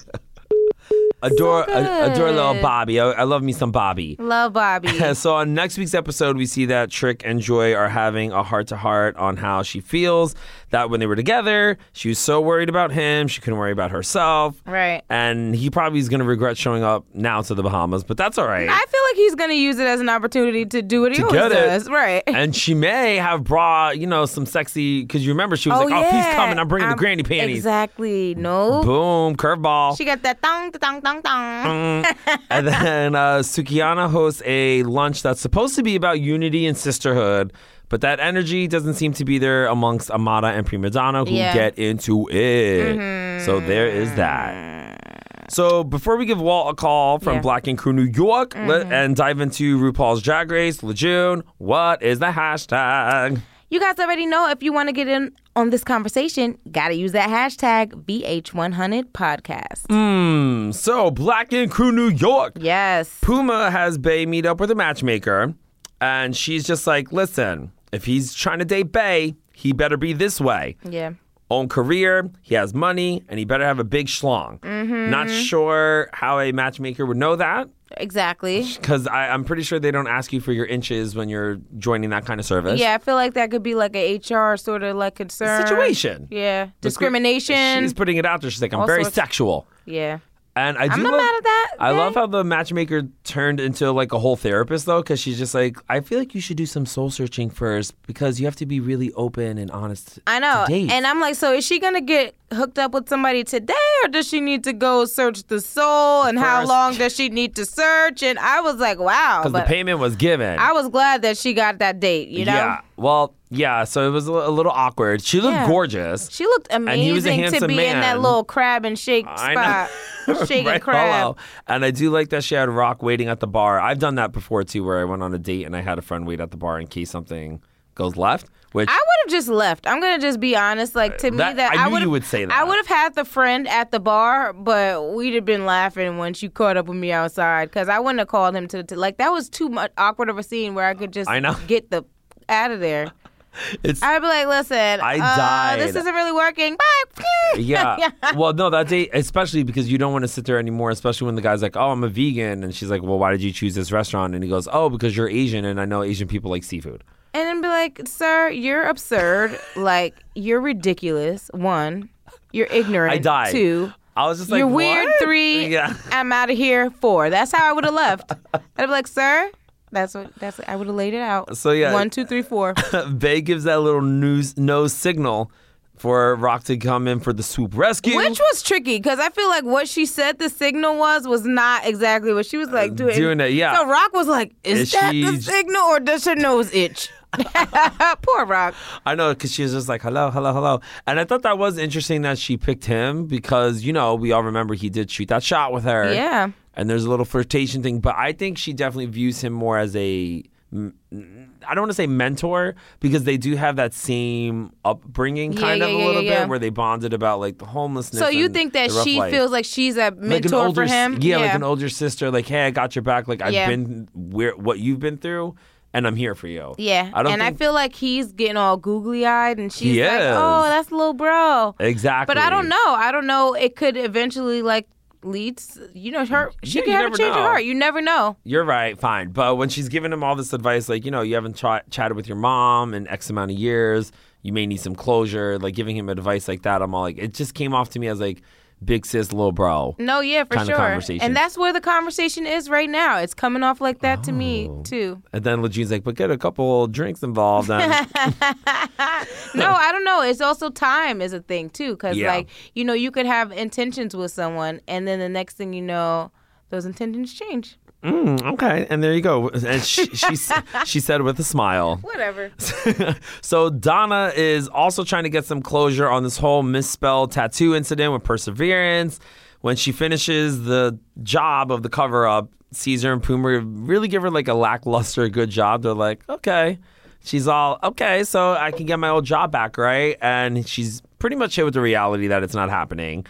Speaker 1: adore,
Speaker 2: So
Speaker 1: ad- adore little
Speaker 2: good.
Speaker 1: Bobby. I, I love me some Bobby.
Speaker 2: Love Bobby.
Speaker 1: so on next week's episode, we see that Trick and Joy are having a heart to heart on how she feels that when they were together, she was so worried about him, she couldn't worry about herself,
Speaker 2: Right.
Speaker 1: and he probably is going to regret showing up now to the Bahamas, but that's all right.
Speaker 2: I feel like he's gonna use it as an opportunity to do what he
Speaker 1: To
Speaker 2: always
Speaker 1: get it.
Speaker 2: does. Right.
Speaker 1: and she may have brought, you know, some sexy because you remember she was like, "Oh, he's coming! I'm bringing the granny panties."
Speaker 2: Exactly. No.
Speaker 1: Boom, curveball.
Speaker 2: She got that thong, thong, thong,
Speaker 1: Mm.
Speaker 2: thong.
Speaker 1: and then uh, Sukiana hosts a lunch that's supposed to be about unity and sisterhood, but that energy doesn't seem to be there amongst Amada and Prima Donna, who
Speaker 2: Yeah. Mm-hmm.
Speaker 1: get into it. So there is that. So before we give Walt a call from
Speaker 2: Yeah. Mm-hmm.
Speaker 1: Black and Crew New York let- and dive into RuPaul's Drag Race, Lejeune, what is the hashtag?
Speaker 2: You guys already know if you want to get in on this conversation, gotta use that hashtag VH100 podcast.
Speaker 1: Hmm. So Black and Crew New York
Speaker 2: Yes.
Speaker 1: Puma has Bay meet up with a matchmaker, and she's just like, listen, if he's trying to date Bay, he better be this way.
Speaker 2: Yeah.
Speaker 1: Own career, he has money, and he better have a big schlong.
Speaker 2: Mm-hmm.
Speaker 1: Not sure how a matchmaker would know that,
Speaker 2: Exactly.
Speaker 1: because I'm pretty sure they don't ask you for your inches when you're joining that kind of service.
Speaker 2: Yeah, I feel like that could be like a HR sort of like concern.
Speaker 1: Situation.
Speaker 2: Yeah.
Speaker 1: Because
Speaker 2: Discrimination.
Speaker 1: She's putting it out there. She's like, I'm
Speaker 2: All
Speaker 1: very
Speaker 2: sorts.
Speaker 1: sexual.
Speaker 2: yeah.
Speaker 1: And I do
Speaker 2: I'm not
Speaker 1: love,
Speaker 2: mad at that.
Speaker 1: I love
Speaker 2: Dang.
Speaker 1: how the matchmaker turned into like a whole therapist though, because she's just like, I feel like you should do some soul searching first because you have to be really open and honest.
Speaker 2: I know.
Speaker 1: to date.
Speaker 2: And I'm like, so is she going to get hooked up with somebody today or does she need to go search the soul and how
Speaker 1: First.
Speaker 2: long does she need to search? And I was like, wow.
Speaker 1: because the
Speaker 2: But
Speaker 1: payment was given.
Speaker 2: I was glad that she got that date, you know?
Speaker 1: Yeah. Well, yeah. So it was a, li- a little awkward. She looked
Speaker 2: Yeah.
Speaker 1: gorgeous.
Speaker 2: She looked
Speaker 1: he was a
Speaker 2: amazing to
Speaker 1: handsome
Speaker 2: be in that
Speaker 1: man.
Speaker 2: little crab and shake
Speaker 1: I
Speaker 2: spot.
Speaker 1: know.
Speaker 2: Shake
Speaker 1: Right,
Speaker 2: and crab.
Speaker 1: hello. And I do like that she had Rock waiting at the bar. I've done that before too, where I went on a date and I had a friend wait at the bar in case something goes left. Which
Speaker 2: I would have just left. I'm gonna just be honest. Like to
Speaker 1: Uh, That-
Speaker 2: me, that
Speaker 1: I
Speaker 2: I,
Speaker 1: knew you
Speaker 2: would've-
Speaker 1: would say that.
Speaker 2: I would have had the friend at the bar, but we'd have been laughing once you caught up with me outside because I wouldn't have called him to, to like that was too much awkward of a scene where I could just
Speaker 1: I know.
Speaker 2: get the out of there.
Speaker 1: it's
Speaker 2: I'd be like, listen,
Speaker 1: I
Speaker 2: uh,
Speaker 1: died.
Speaker 2: This isn't really working. Bye.
Speaker 1: Yeah. Well, no, that date, especially because you don't want to sit there anymore, especially when the guy's like, oh, I'm a vegan. And she's like, well, why did you choose this restaurant? And he goes, oh, because you're Asian and I know Asian people like seafood.
Speaker 2: and then be like, sir, you're absurd. like you're ridiculous. One, you're ignorant.
Speaker 1: I died.
Speaker 2: Two.
Speaker 1: I was just like,
Speaker 2: You're weird.
Speaker 1: "What?"
Speaker 2: Three.
Speaker 1: Yeah.
Speaker 2: I'm out of here. Four. That's how I would have left. I'd be like, sir, that's what. That's I would have laid it out.
Speaker 1: So, yeah.
Speaker 2: One, two, three, four.
Speaker 1: Bay gives that little news, no signal for Rock to come in for the swoop rescue.
Speaker 2: Which was tricky because I feel like what she said the signal was was not exactly what she was like doing.
Speaker 1: Uh, doing it, yeah.
Speaker 2: So Rock was like, "Is,
Speaker 1: Is
Speaker 2: that the
Speaker 1: she-
Speaker 2: signal or does her nose itch?" Poor Rock.
Speaker 1: I know, because she was just like, hello, hello, hello. And I thought that was interesting that she picked him because, you know, we all remember he did shoot that shot with her.
Speaker 2: Yeah.
Speaker 1: and there's a little flirtation thing. But I think she definitely views him more as a mm, I don't want to say mentor because they do have that same upbringing
Speaker 2: Yeah,
Speaker 1: kind of
Speaker 2: yeah,
Speaker 1: a
Speaker 2: yeah,
Speaker 1: little
Speaker 2: yeah, yeah.
Speaker 1: bit where they bonded about like the homelessness.
Speaker 2: So you
Speaker 1: and
Speaker 2: think that
Speaker 1: the rough
Speaker 2: she
Speaker 1: life.
Speaker 2: feels like she's a
Speaker 1: like an
Speaker 2: mentor
Speaker 1: older,
Speaker 2: for
Speaker 1: s-
Speaker 2: him?
Speaker 1: Yeah, like an older sister. Like, hey, I got your back. Like, I've
Speaker 2: Yeah.
Speaker 1: been where what you've been through, and I'm here for you.
Speaker 2: Yeah,
Speaker 1: I don't
Speaker 2: and
Speaker 1: think
Speaker 2: I feel like he's getting all googly eyed, and she's
Speaker 1: He
Speaker 2: like,
Speaker 1: is.
Speaker 2: "Oh, that's little bro."
Speaker 1: exactly.
Speaker 2: But I don't know. I don't know. It could eventually like lead. to- You know, her. She
Speaker 1: Yeah,
Speaker 2: could
Speaker 1: you
Speaker 2: have a
Speaker 1: never
Speaker 2: change of
Speaker 1: know.
Speaker 2: heart. You never know.
Speaker 1: You're right. Fine. But when she's giving him all this advice, like, you know, you haven't tra- chatted with your mom in X amount of years. You may need some closure. Like, giving him advice like that, I'm all like, it just came off to me as like big sis, little bro.
Speaker 2: No, yeah, for
Speaker 1: Kinda
Speaker 2: sure.
Speaker 1: conversation.
Speaker 2: And that's where the conversation is right now. It's coming off like that to me
Speaker 1: Oh.
Speaker 2: too.
Speaker 1: And then Lejean's like, but get a couple drinks involved. And
Speaker 2: no, I don't know. It's also time is a thing too, because
Speaker 1: Yeah.
Speaker 2: like you know, you could have intentions with someone, and then the next thing you know, those intentions change.
Speaker 1: Mm, okay, and there you go. And she, she s- she said with a smile.
Speaker 2: Whatever.
Speaker 1: so Donna is also trying to get some closure on this whole misspelled tattoo incident with Perseverance. When she finishes the job of the cover up, Caesar and Puma really give her like a lackluster good job. They're like, okay. She's all, okay, so I can get my old job back, right? And she's pretty much hit with the reality that it's not happening.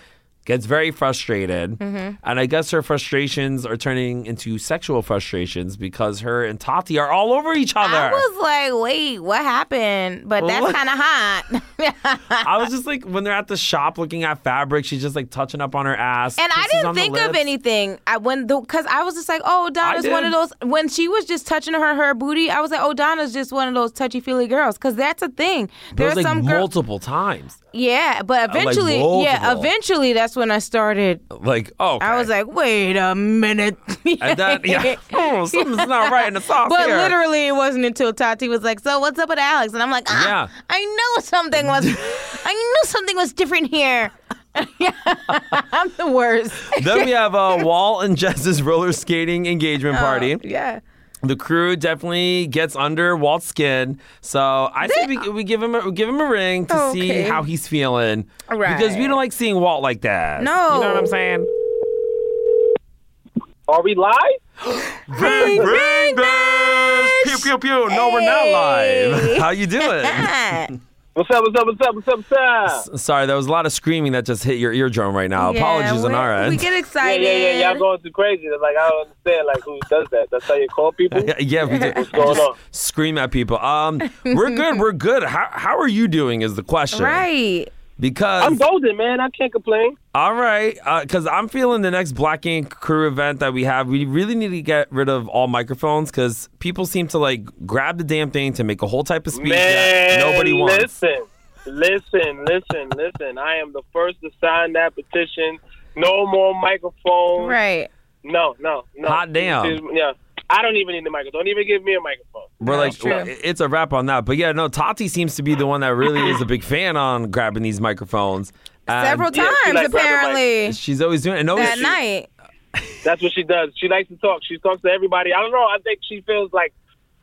Speaker 1: Gets very frustrated.
Speaker 2: Mm-hmm.
Speaker 1: And I guess her frustrations are turning into sexual frustrations because her and Tati are all over each other.
Speaker 2: I was like, wait, what happened? But that's
Speaker 1: What?
Speaker 2: kind of hot. and
Speaker 1: I was just like when they're at the shop looking at fabric, she's just like touching up on her ass.
Speaker 2: I
Speaker 1: kisses
Speaker 2: didn't
Speaker 1: on the
Speaker 2: think of
Speaker 1: lips.
Speaker 2: anything. I when the because I was just like, oh, Donna's
Speaker 1: did.
Speaker 2: one of those. When she was just touching her her booty, I was like, oh, Donna's just one of those touchy feely girls. Because that's a thing.
Speaker 1: There was like
Speaker 2: There's some girls.
Speaker 1: multiple times.
Speaker 2: Yeah, but eventually, yeah,
Speaker 1: multiple.
Speaker 2: eventually, that's when I started.
Speaker 1: Like oh,
Speaker 2: I was like, wait a minute.
Speaker 1: and then yeah, oh, something's not right in the sauce
Speaker 2: But
Speaker 1: here.
Speaker 2: literally, it wasn't until Tati was like, "So what's up with Alex?" And I'm like, "Ah,
Speaker 1: Yeah.
Speaker 2: I know something was, I knew something was different here." I'm the worst.
Speaker 1: then we have uh, Wall and Jess's roller skating engagement
Speaker 2: Oh.
Speaker 1: party.
Speaker 2: Yeah.
Speaker 1: The crew definitely gets under Walt's skin, so I say we, we give him a, we give him a ring to see
Speaker 2: Okay.
Speaker 1: how he's feeling because we
Speaker 2: Right.
Speaker 1: don't like seeing Walt like that.
Speaker 2: No.
Speaker 1: you know what I'm saying.
Speaker 4: Are we live?
Speaker 1: Ring, ring, bitch! Pew, pew, pew. No, we're not live. How you doing?
Speaker 2: Ah,
Speaker 4: What's up? What's up? What's up? What's up? What's up?
Speaker 1: Sorry, there was a lot of screaming that just hit your eardrum right now.
Speaker 2: yeah,
Speaker 1: Apologies on
Speaker 2: we-
Speaker 1: our end.
Speaker 2: We get
Speaker 4: Yeah,
Speaker 2: excited.
Speaker 4: yeah, yeah. Y'all going too crazy. They're Like I don't understand. Like who does that? That's how you call people.
Speaker 1: yeah, yeah, we did.
Speaker 4: What's going on?
Speaker 1: Scream at people. Um, we're good. We're good. How, how are you doing? Is the question
Speaker 2: Right.
Speaker 1: Because
Speaker 4: I'm golden, man. I can't complain.
Speaker 1: all right, because I'm feeling the next Black Ink crew event that we have. We really need to get rid of all microphones because people seem to like grab the damn thing to make a whole type of speech
Speaker 4: Man,
Speaker 1: that nobody wants.
Speaker 4: Listen, listen, listen, listen. I am the first to sign that petition. No more microphones.
Speaker 2: Right.
Speaker 4: No, no, no.
Speaker 1: Hot damn.
Speaker 4: Yeah. I don't even need the microphone. Don't even give me a microphone.
Speaker 1: We're
Speaker 2: No,
Speaker 1: like,
Speaker 2: true.
Speaker 1: well, it's a wrap on that. But yeah, no, Tati seems to be the one that really is a big fan on grabbing these microphones. And
Speaker 2: Several
Speaker 4: Yeah,
Speaker 2: times
Speaker 4: she, like, grabbed the
Speaker 2: apparently
Speaker 1: She's always doing it. And always
Speaker 2: that night.
Speaker 4: That's what she does. She likes to talk. She talks to everybody. I don't know. I think she feels like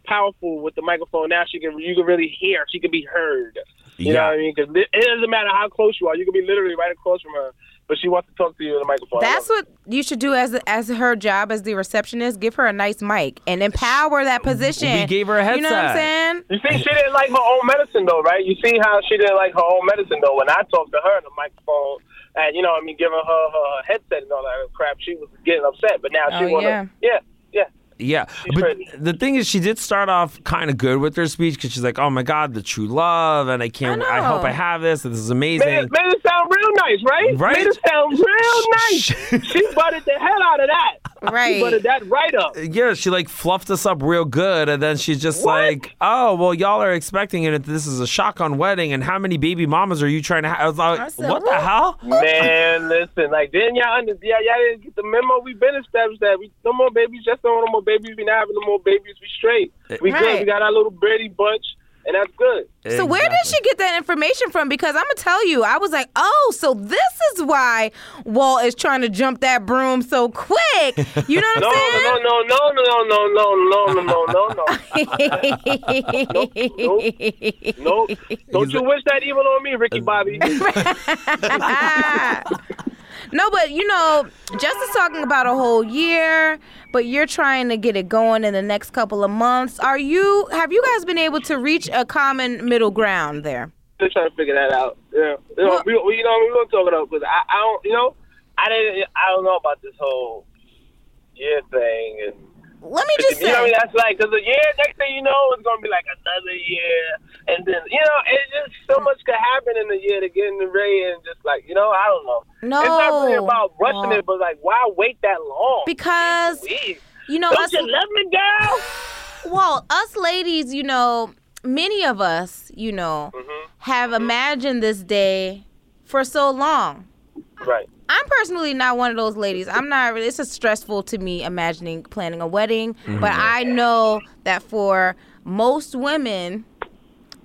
Speaker 4: powerful with the microphone now. She can you can really hear. She can be heard. You know
Speaker 1: Yeah.
Speaker 4: what I mean? Because it doesn't matter how close you are. You can be literally right across from her, but she wants to talk to you in the microphone.
Speaker 2: That's what you should do as as her job as the receptionist. Give her a nice mic and empower that position.
Speaker 1: We gave her a
Speaker 2: You know what I'm
Speaker 1: headset.
Speaker 2: saying?
Speaker 4: You see, she didn't like her own medicine though, right? You see how she didn't like her own medicine though. When I talked to her in the microphone, and you know, what I mean, giving her her headset and all that crap, she was getting upset. But now she
Speaker 2: Oh,
Speaker 4: wanna,
Speaker 2: yeah.
Speaker 4: yeah, yeah.
Speaker 1: Yeah. But
Speaker 4: crazy.
Speaker 1: the thing is, she did start off kind of good with her speech because she's like, oh my God, the true love. And I can't,
Speaker 2: I
Speaker 1: I, hope
Speaker 2: know.
Speaker 1: I have this. And this is
Speaker 4: Made
Speaker 1: amazing.
Speaker 4: it, made it sound real nice, right?
Speaker 1: Right?
Speaker 4: Made it sound real nice. she butted the hell out of that. She
Speaker 2: Right.
Speaker 4: butted that right up.
Speaker 1: yeah, she like fluffed us up real good. And then she's just
Speaker 4: What?
Speaker 1: like, oh, well, y'all are expecting it. This is a shotgun wedding. And how many baby mamas are you trying to have? I was like,
Speaker 2: I said,
Speaker 1: what the
Speaker 2: what?
Speaker 1: hell?
Speaker 4: Man, listen, like didn't y'all under yeah, y'all didn't get the memo. We've been established that we no more babies, just don't want no more babies, we not having no more babies, we straight. We
Speaker 2: Right.
Speaker 4: good, we got our little birdie bunch, and that's good.
Speaker 2: So where did she get that information from? Because I'm gonna tell you, I was like, oh, so this is why Walt is trying to jump that broom so quick. You know what
Speaker 4: No,
Speaker 2: I'm
Speaker 4: no, no, no, no, no, no, no, no, no, no, no.
Speaker 2: saying?
Speaker 4: Nope. Don't you wish that evil on me, Ricky Bobby.
Speaker 2: Ah. No, but you know, Justin's talking about a whole year, but you're trying to get it going in the next couple of months. Are you? Have you guys been able to reach a common middle ground there?
Speaker 4: Still trying to figure that out. Yeah, you know,
Speaker 2: Well-
Speaker 4: we, we, you know, we're gonna talk it out because I, I don't, you know, I didn't, I don't know about this whole year thing and.
Speaker 2: Let me just
Speaker 4: You know, what I mean?
Speaker 2: say.
Speaker 4: that's like because a year. Next thing you know, it's gonna be like another year, and then you know, it's just so much could happen in a year to get in the ray and just like you know, I don't know.
Speaker 2: No.
Speaker 4: It's not really about
Speaker 2: Oh.
Speaker 4: rushing it, but like why wait that long?
Speaker 2: Because
Speaker 4: Jeez.
Speaker 2: you know
Speaker 4: don't
Speaker 2: us.
Speaker 4: you love me, girl?
Speaker 2: Well, us ladies, you know, many of us, you know, have imagined this day for so long.
Speaker 4: Right.
Speaker 2: I'm personally not one of those ladies. I'm not really. It's just stressful to me imagining planning a wedding, but I know that for most women,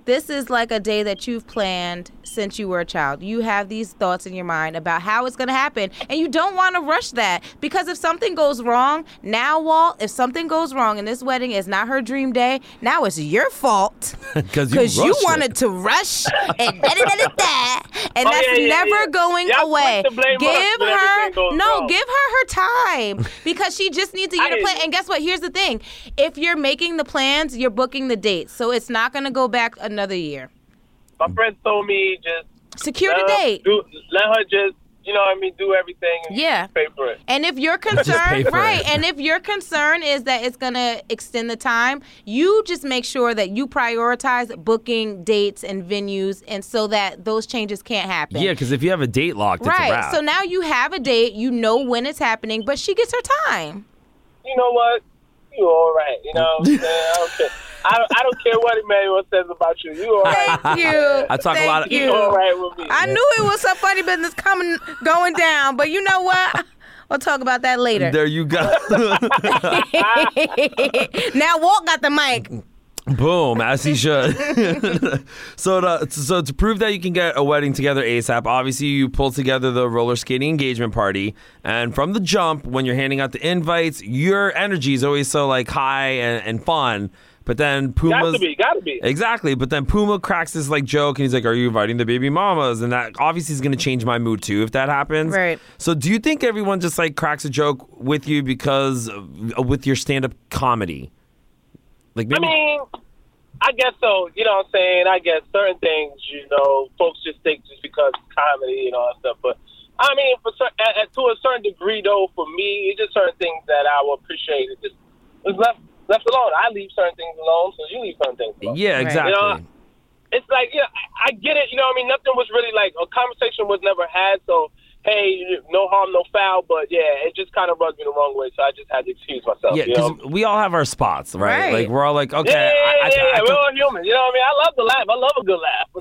Speaker 2: this is like a day that you've planned since you were a child. You have these thoughts in your mind about how it's going to happen, and you don't want to rush that because if something goes wrong, now Walt, if something goes wrong and this wedding is not her dream day, now it's your fault
Speaker 5: Because
Speaker 2: because you,
Speaker 5: rushed
Speaker 2: wanted
Speaker 5: it.
Speaker 2: to rush and da da da da da, and
Speaker 4: Oh,
Speaker 2: that's
Speaker 4: yeah, yeah,
Speaker 2: never
Speaker 4: yeah.
Speaker 2: going
Speaker 4: Y'all
Speaker 2: away.
Speaker 4: quick to blame us
Speaker 2: Give
Speaker 4: when
Speaker 2: her
Speaker 4: everything goes
Speaker 2: no,
Speaker 4: wrong.
Speaker 2: give her her time because she just needs a year
Speaker 4: I
Speaker 2: to plan.
Speaker 4: didn't-
Speaker 2: And guess what? Here's the thing: if you're making the plans, you're booking the dates, so it's not going to go back another year.
Speaker 4: My friends told me just
Speaker 2: Secure the
Speaker 4: let her,
Speaker 2: date.
Speaker 4: do, let her just you know what I mean do everything. And
Speaker 2: Yeah.
Speaker 4: Pay for it.
Speaker 2: And if your
Speaker 5: pay
Speaker 2: concern,
Speaker 5: for
Speaker 2: right,
Speaker 5: it.
Speaker 2: and if your concern is that it's going to extend the time, you just make sure that you prioritize booking dates and venues and so that those changes can't happen.
Speaker 5: Yeah, because if you have a date locked, it's a
Speaker 2: Right.
Speaker 5: wrap.
Speaker 2: So now you have a date, you know when it's happening, but she gets her time.
Speaker 4: you know what? You all right. You know what I'm saying? I don't care. I don't, I don't care what Emmanuel says about you. You all right.
Speaker 2: Thank you.
Speaker 5: I talk a
Speaker 2: Thank
Speaker 5: lot of-
Speaker 4: You
Speaker 2: you.
Speaker 4: all right with me.
Speaker 2: I knew it was some funny business coming going down, but you know what? We'll talk about that later.
Speaker 5: there you go.
Speaker 2: now Walt got the mic.
Speaker 5: Boom, as he should. so, to, so to prove that you can get a wedding together ASAP, obviously you pull together the roller skating engagement party, and from the jump, when you're handing out the invites, your energy is always so like high and, and fun. But then
Speaker 4: Got
Speaker 5: Puma's
Speaker 4: to be. Got to be.
Speaker 5: Exactly. But then Puma cracks this like joke and he's like, Are you inviting the baby mamas? And that obviously is going to change my mood too if that happens.
Speaker 2: Right.
Speaker 5: So do you think everyone just like cracks a joke with you because of- with your stand up comedy? Like
Speaker 4: I
Speaker 5: maybe.
Speaker 4: mean, I guess so. You know what I'm saying? I guess certain things, you know, folks just think just because it's comedy and all that stuff. But I mean, for cer- at, at, to a certain degree, though, for me, it's just certain things that I will appreciate. It just was left left alone. I leave certain things alone, so you leave certain things alone.
Speaker 5: yeah,
Speaker 2: Right.
Speaker 5: exactly.
Speaker 4: You know, it's like yeah, I, I get it. You know, what I mean, nothing was really like a conversation was never had. So hey, no harm, no foul. But yeah, it just kind of rubbed me the wrong way, so I just had to excuse myself.
Speaker 5: yeah,
Speaker 4: you
Speaker 5: because
Speaker 4: know?
Speaker 5: we all have our spots, right?
Speaker 2: Right.
Speaker 5: Like we're all like, okay,
Speaker 4: Yeah, yeah,
Speaker 5: I, I,
Speaker 4: yeah,
Speaker 5: I,
Speaker 4: yeah.
Speaker 5: I
Speaker 4: we're all human. You know what I mean? I love to laugh. I love a good laugh. But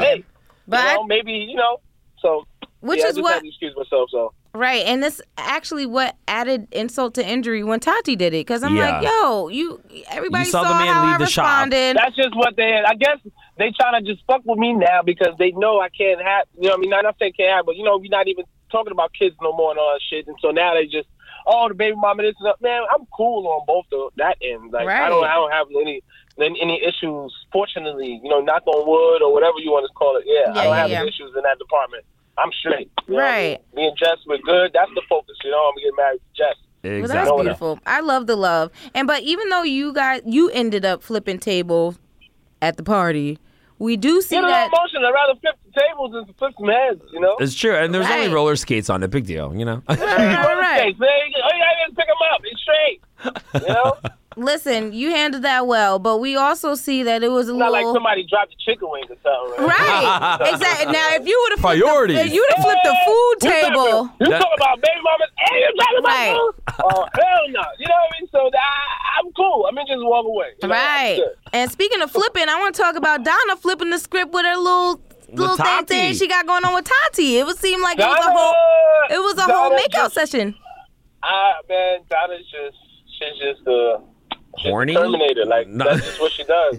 Speaker 5: Yeah.
Speaker 4: hey,
Speaker 2: But
Speaker 4: you know, maybe you know. So,
Speaker 2: which
Speaker 4: yeah, I
Speaker 2: is
Speaker 4: just
Speaker 2: what
Speaker 4: had to excuse myself. So,
Speaker 2: Right, and that's actually what added insult to injury when Tati did it, because I'm like,
Speaker 5: Yeah.
Speaker 2: yo, you everybody
Speaker 5: saw the man
Speaker 2: how
Speaker 5: leave
Speaker 2: I
Speaker 5: the shop.
Speaker 2: responded.
Speaker 4: that's just what they. I guess they trying to just fuck with me now because they know I can't have. You know, what I mean, not saying can't have, but you know, we're not even talking about kids no more and all that shit. And so now they just, oh, the baby mama, this is up. Man, I'm cool on both the, that end. Like I don't,
Speaker 2: Right.
Speaker 4: I don't have any. Any any issues? Fortunately, you know, knock on wood or whatever you want to call it. Yeah,
Speaker 2: Yeah,
Speaker 4: I don't
Speaker 2: yeah,
Speaker 4: have
Speaker 2: yeah.
Speaker 4: any issues in that department. I'm straight. You know what I mean?
Speaker 2: Right.
Speaker 4: Me and Jess, we're good. That's the focus. You know, I'm getting married to Jess.
Speaker 2: Well,
Speaker 5: exactly.
Speaker 2: that's
Speaker 4: Growing up.
Speaker 2: beautiful. I love the love, and but even though you guys you ended up flipping tables at the party, we do see
Speaker 4: Get a little
Speaker 2: that.
Speaker 4: emotional. I'd rather flip the tables than flip some heads, you know?
Speaker 5: It's true, and there's
Speaker 2: Right.
Speaker 5: only roller skates on it. Big deal, you know.
Speaker 2: Right, right, right.
Speaker 4: Hey, man, all you gotta do is pick them up. It's straight. You know?
Speaker 2: Listen, you handled that well, but we also see that it was a
Speaker 4: Not like
Speaker 2: little
Speaker 4: somebody dropped a chicken wing or something.
Speaker 2: right. exactly. Now, if you would have flipped
Speaker 5: Priorities.
Speaker 2: the, if you would have flipped the food table,
Speaker 4: You
Speaker 5: That-
Speaker 4: talk about baby mamas and you talking about
Speaker 2: Right.
Speaker 4: food? Oh, hell no. You know what I mean? So I, I'm cool. I mean, just walk away. You know? I'm
Speaker 2: right?
Speaker 4: good.
Speaker 2: And speaking of flipping, I want to talk about Donna flipping the script with her little little thing,
Speaker 5: Tati.
Speaker 2: thing she got going on with Tati. It would seem like it was a
Speaker 4: Donna-
Speaker 2: whole it was a whole
Speaker 4: Donna
Speaker 2: makeout
Speaker 4: just-
Speaker 2: session.
Speaker 4: Ah, man, Donna's just, she's just uh, she's a
Speaker 5: Horny?
Speaker 4: Terminator. Like,
Speaker 5: No.
Speaker 4: that's just what she does.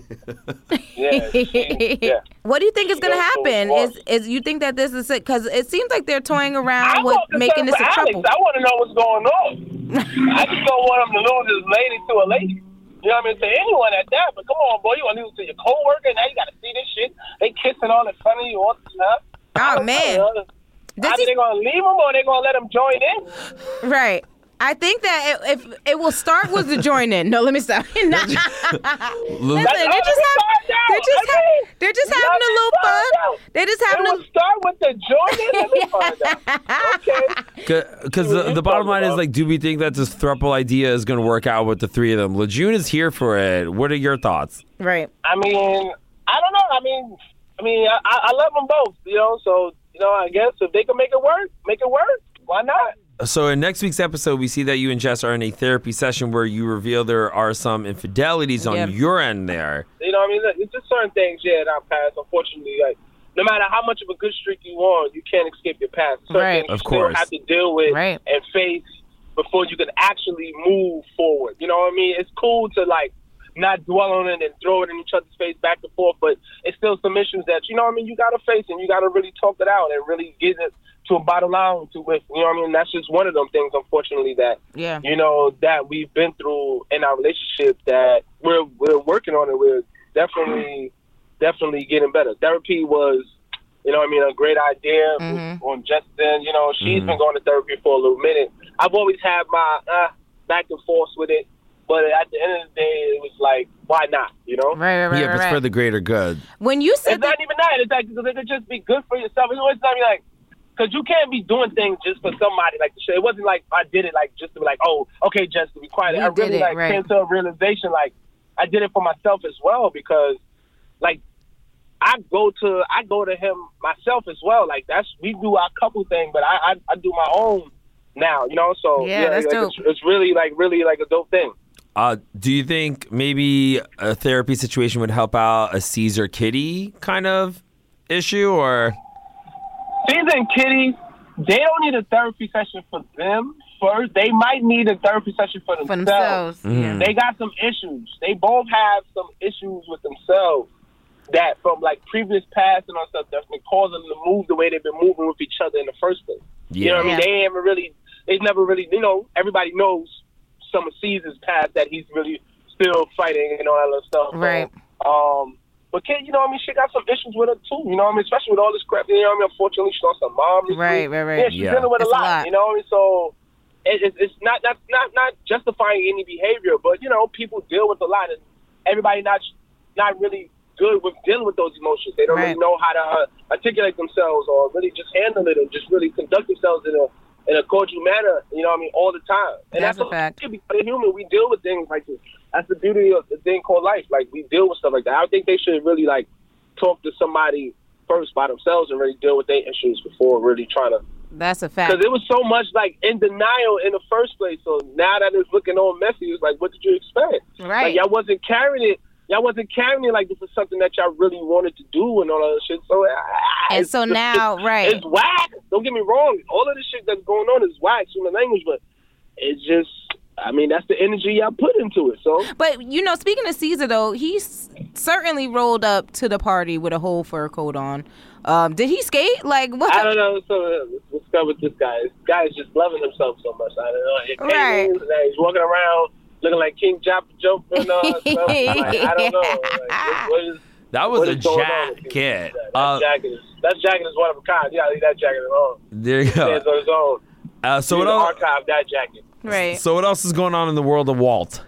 Speaker 4: yeah. She, yeah.
Speaker 2: What do you think is going to
Speaker 4: She goes full
Speaker 2: happen?
Speaker 4: bore.
Speaker 2: Is is you think that this is it? Because it seems like they're toying
Speaker 4: I
Speaker 2: around with
Speaker 4: want the
Speaker 2: making
Speaker 4: son
Speaker 2: this
Speaker 4: for
Speaker 2: a
Speaker 4: Alex.
Speaker 2: trouble.
Speaker 4: I want to know what's going on. I just don't want him to lose his lady to a lady. You know what I mean? To anyone at that. But come on, boy, you want to lose to your coworker? Now you got to see this shit. They kissing on in front of you all the time.
Speaker 2: Oh man, This
Speaker 4: Either
Speaker 2: is-
Speaker 4: they're gonna leave him or they're gonna let him join in.
Speaker 2: Right. I think that it, if it will start with the join in. No, let me stop. Nah. Listen, they're just,
Speaker 4: That's
Speaker 2: hav-
Speaker 4: all
Speaker 2: they're, just
Speaker 4: we
Speaker 2: ha-
Speaker 4: find out,
Speaker 2: they're just
Speaker 4: okay?
Speaker 2: having a little
Speaker 4: Let's
Speaker 2: fun.
Speaker 4: find out.
Speaker 2: They're just having
Speaker 4: It
Speaker 2: a
Speaker 4: will start with the join in. Let me find out. Okay.
Speaker 5: Because the, the bottom line is like, do we think that this throuple idea is going to work out with the three of them? Lejeune is here for it. What are your thoughts?
Speaker 2: Right.
Speaker 4: I mean, I don't know. I mean, I mean, I, I I love them both. You know, so you know, I guess if they can make it work, make it work. Why not?
Speaker 5: So in next week's episode, we see that you and Jess are in a therapy session where you reveal there are some infidelities on
Speaker 2: Yeah.
Speaker 5: your end there.
Speaker 4: You know, what I mean, it's just certain things, yeah, that I pass. Unfortunately, like no matter how much of a good streak you on, you can't escape your past. Certain
Speaker 2: Right.
Speaker 4: things
Speaker 5: Of
Speaker 4: you
Speaker 5: course.
Speaker 4: still have to deal with
Speaker 2: Right.
Speaker 4: and face before you can actually move forward. You know what I mean? It's cool to like not dwell on it and throw it in each other's face back and forth, but it's still some issues that you know what I mean. You gotta face and you gotta really talk it out and really get it to a bottom line to with. You know what I mean? That's just one of them things, unfortunately, that
Speaker 2: Yeah.
Speaker 4: you know that we've been through in our relationship that we're we're working on it. We're definitely definitely getting better. Therapy was, you know, what I mean, a great idea
Speaker 2: Mhm.
Speaker 4: on Justin. You know, she's
Speaker 5: Mhm.
Speaker 4: been going to therapy for a little minute. I've always had my uh, back and forth with it, but at the end of the day, it was like, why not? You know.
Speaker 2: Right, right, right.
Speaker 5: yeah, but
Speaker 2: right,
Speaker 5: it's
Speaker 2: right.
Speaker 5: for the greater good.
Speaker 2: when you
Speaker 4: It's
Speaker 2: said that,
Speaker 4: not even that. It's like because it could just be good for yourself. It's always not be like because you can't be doing things just for somebody. Like shit. it wasn't like I did it like just to be like, oh, okay, just to be quiet.
Speaker 2: You
Speaker 4: I
Speaker 2: did
Speaker 4: really
Speaker 2: it,
Speaker 4: like
Speaker 2: right.
Speaker 4: came to a realization like I did it for myself as well because like I go to I go to him myself as well. Like that's we do our couple thing, but I I, I do my own now. You know, so
Speaker 2: Yeah, that's
Speaker 4: like,
Speaker 2: dope.
Speaker 4: It's, it's really like really like a dope thing.
Speaker 5: Uh, do you think maybe a therapy situation would help out a Caesar Kitty kind of issue or?
Speaker 4: Caesar and Kitty, they don't need a therapy session for them first. They might need a therapy session for
Speaker 2: for
Speaker 4: themselves.
Speaker 2: themselves.
Speaker 5: Mm.
Speaker 4: They got some issues. They both have some issues with themselves that from like previous past and all stuff that's been causing them to move the way they've been moving with each other in the first place. You know what I mean?
Speaker 2: Yeah.
Speaker 4: They haven't really, they've never really, you know, everybody knows some of Caesar's past that he's really still fighting and all that little stuff. So,
Speaker 2: Right.
Speaker 4: um, but kid, you know what I mean? She got some issues with her too. You know what I mean? Especially with all this crap. You know what I mean? Unfortunately, she lost her mom. this
Speaker 2: Right,
Speaker 4: week.
Speaker 2: right, right.
Speaker 4: Yeah, she's
Speaker 5: Yeah.
Speaker 4: dealing with
Speaker 2: That's
Speaker 4: a
Speaker 2: a
Speaker 4: lot,
Speaker 2: lot.
Speaker 4: You know what I mean? So it, it's it's not not not not justifying any behavior, but you know, people deal with a lot, and everybody not not really good with dealing with those emotions. They don't
Speaker 2: Right.
Speaker 4: really know how to uh, articulate themselves or really just handle it and just really conduct themselves in a in a cordial manner. You know what I mean? All the time. And
Speaker 2: That's
Speaker 4: that's,
Speaker 2: a fact.
Speaker 4: Because we're human, we deal with things like this. That's the beauty of the thing called life. Like we deal with stuff like that. I think they should really like talk to somebody first by themselves and really deal with their issues before really trying to
Speaker 2: That's a
Speaker 4: because
Speaker 2: fact.
Speaker 4: it was so much like in denial in the first place. So now that it's looking all messy, it's like, what did you expect?
Speaker 2: Right.
Speaker 4: Like, y'all wasn't carrying it. Y'all wasn't carrying it like this was something that y'all really wanted to do and all that shit. So ah,
Speaker 2: And
Speaker 4: it's-
Speaker 2: so now, right.
Speaker 4: it's whack. Don't get me wrong. All of the shit that's going on is whack in the language, but it's just. I mean, that's the energy y'all put into it. So
Speaker 2: But you know, speaking of Caesar though, he s- certainly rolled up to the party with a whole fur coat on. Um, did he skate? Like what?
Speaker 4: I don't know. So uh, let's go with this guy. This guy is just loving himself so much. I don't know. It came
Speaker 2: Right.
Speaker 4: in, like, he's walking around looking like King Jop jumping and all that stuff. Like, I don't know. Like, what- what is,
Speaker 5: That was
Speaker 4: what
Speaker 5: a
Speaker 4: is going on with you?
Speaker 5: jacket.
Speaker 4: That, that
Speaker 5: Uh,
Speaker 4: jacket is that jacket is one of a kind. Yeah, I leave that jacket alone.
Speaker 5: there you go.
Speaker 4: Stands on its own.
Speaker 5: Uh, so
Speaker 4: You
Speaker 5: what
Speaker 4: need to
Speaker 5: else?
Speaker 4: archive that jacket.
Speaker 2: right.
Speaker 5: So what else is going on in the world of Walt?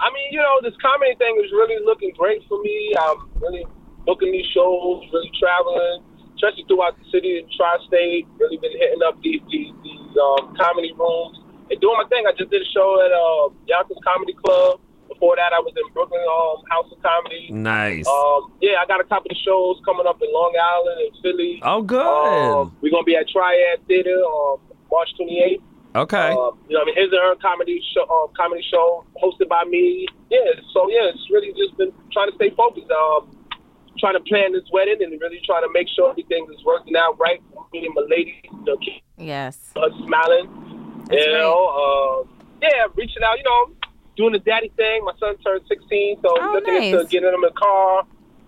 Speaker 4: I mean, you know, this comedy thing is really looking great for me. I'm really booking these shows, really traveling, especially throughout the city and tri-state. Really been hitting up these these, these um, comedy rooms and doing my thing. I just did a show at uh, Yonkers Comedy Club. Before that, I was in Brooklyn um, House of Comedy.
Speaker 5: Nice.
Speaker 4: Um, yeah, I got a couple of shows coming up in Long Island and Philly.
Speaker 5: oh, good.
Speaker 4: Um, we're gonna be at Triad Theater on March 28th.
Speaker 5: okay.
Speaker 4: Um, you know, what I mean, his and her comedy show, um, comedy show hosted by me. Yeah, so yeah, it's really just been trying to stay focused. Um, trying to plan this wedding and really trying to make sure everything is working out right. Me and my lady, you know, keep
Speaker 2: Yes.
Speaker 4: her smiling.
Speaker 2: That's
Speaker 4: you
Speaker 2: right.
Speaker 4: know, um, yeah, reaching out. You know, doing the daddy thing. My son turned 16, so
Speaker 2: Oh,
Speaker 4: looking
Speaker 2: nice.
Speaker 4: into getting him a car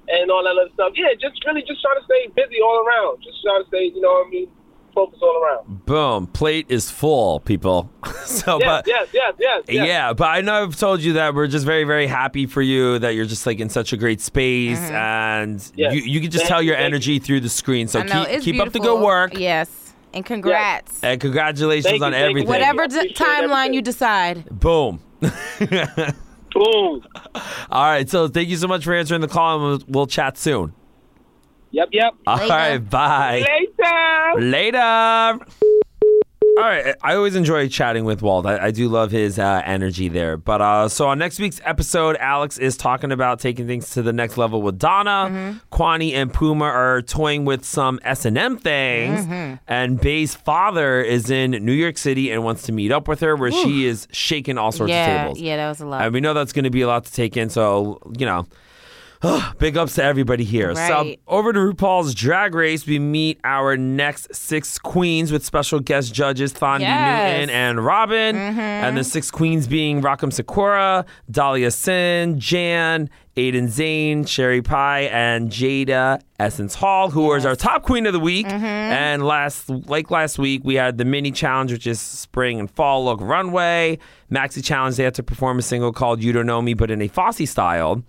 Speaker 4: and all that other stuff. Yeah, just really just trying to stay busy all around. Just trying to stay, you know, what I mean, focus all around.
Speaker 1: Boom. Plate is full, people. so,
Speaker 4: Yes,
Speaker 1: but
Speaker 4: yes, yes, yes, yes.
Speaker 1: Yeah, but I know I've told you that we're just very, very happy for you that you're just like in such a great space
Speaker 2: Mm-hmm.
Speaker 1: and
Speaker 4: Yes.
Speaker 1: you, you can just
Speaker 4: Thank
Speaker 1: tell
Speaker 4: you,
Speaker 1: your
Speaker 4: thank
Speaker 1: energy through the screen. So
Speaker 2: I know
Speaker 1: keep,
Speaker 2: it's
Speaker 1: keep up the
Speaker 2: beautiful.
Speaker 1: good work
Speaker 2: Yes, and congrats.
Speaker 1: and congratulations
Speaker 4: Thank you,
Speaker 1: on
Speaker 4: thank you.
Speaker 1: everything.
Speaker 2: Whatever
Speaker 4: Thank you. I
Speaker 2: d-
Speaker 4: appreciate
Speaker 2: timeline
Speaker 4: everything.
Speaker 2: you decide.
Speaker 1: Boom.
Speaker 4: Boom.
Speaker 1: All right. So thank you so much for answering the call and we'll, we'll chat soon.
Speaker 4: Yep, yep.
Speaker 1: All right.
Speaker 2: Later.
Speaker 1: Bye.
Speaker 4: Later.
Speaker 1: Later. All right, I always enjoy chatting with Walt. I, I do love his uh, energy there. But uh, so on next week's episode, Alex is talking about taking things to the next level with Donna. Kwani and Puma are toying with some S and M things, and Bay's father is in New York City and wants to meet up with her, where she is shaking all sorts of
Speaker 2: Yeah,
Speaker 1: tables.
Speaker 2: yeah, that was a lot.
Speaker 1: And we know that's going to be a lot to take in. So, you know, big ups to everybody here. So,
Speaker 2: Right.
Speaker 1: over to RuPaul's Drag Race, we meet our next six queens with special guest judges Thandi
Speaker 2: Yes.
Speaker 1: Newton and Robin. And the six queens being Rockam Sakura, Dahlia Sin, Jan, Aiden Zane, Sherry Pie, and Jada Essence Hall, who was our top queen of the week. And last, like last week, we had the mini challenge, which is spring and fall look runway. Maxi challenge, they had to perform a single called You Don't Know Me, but in a Fosse style.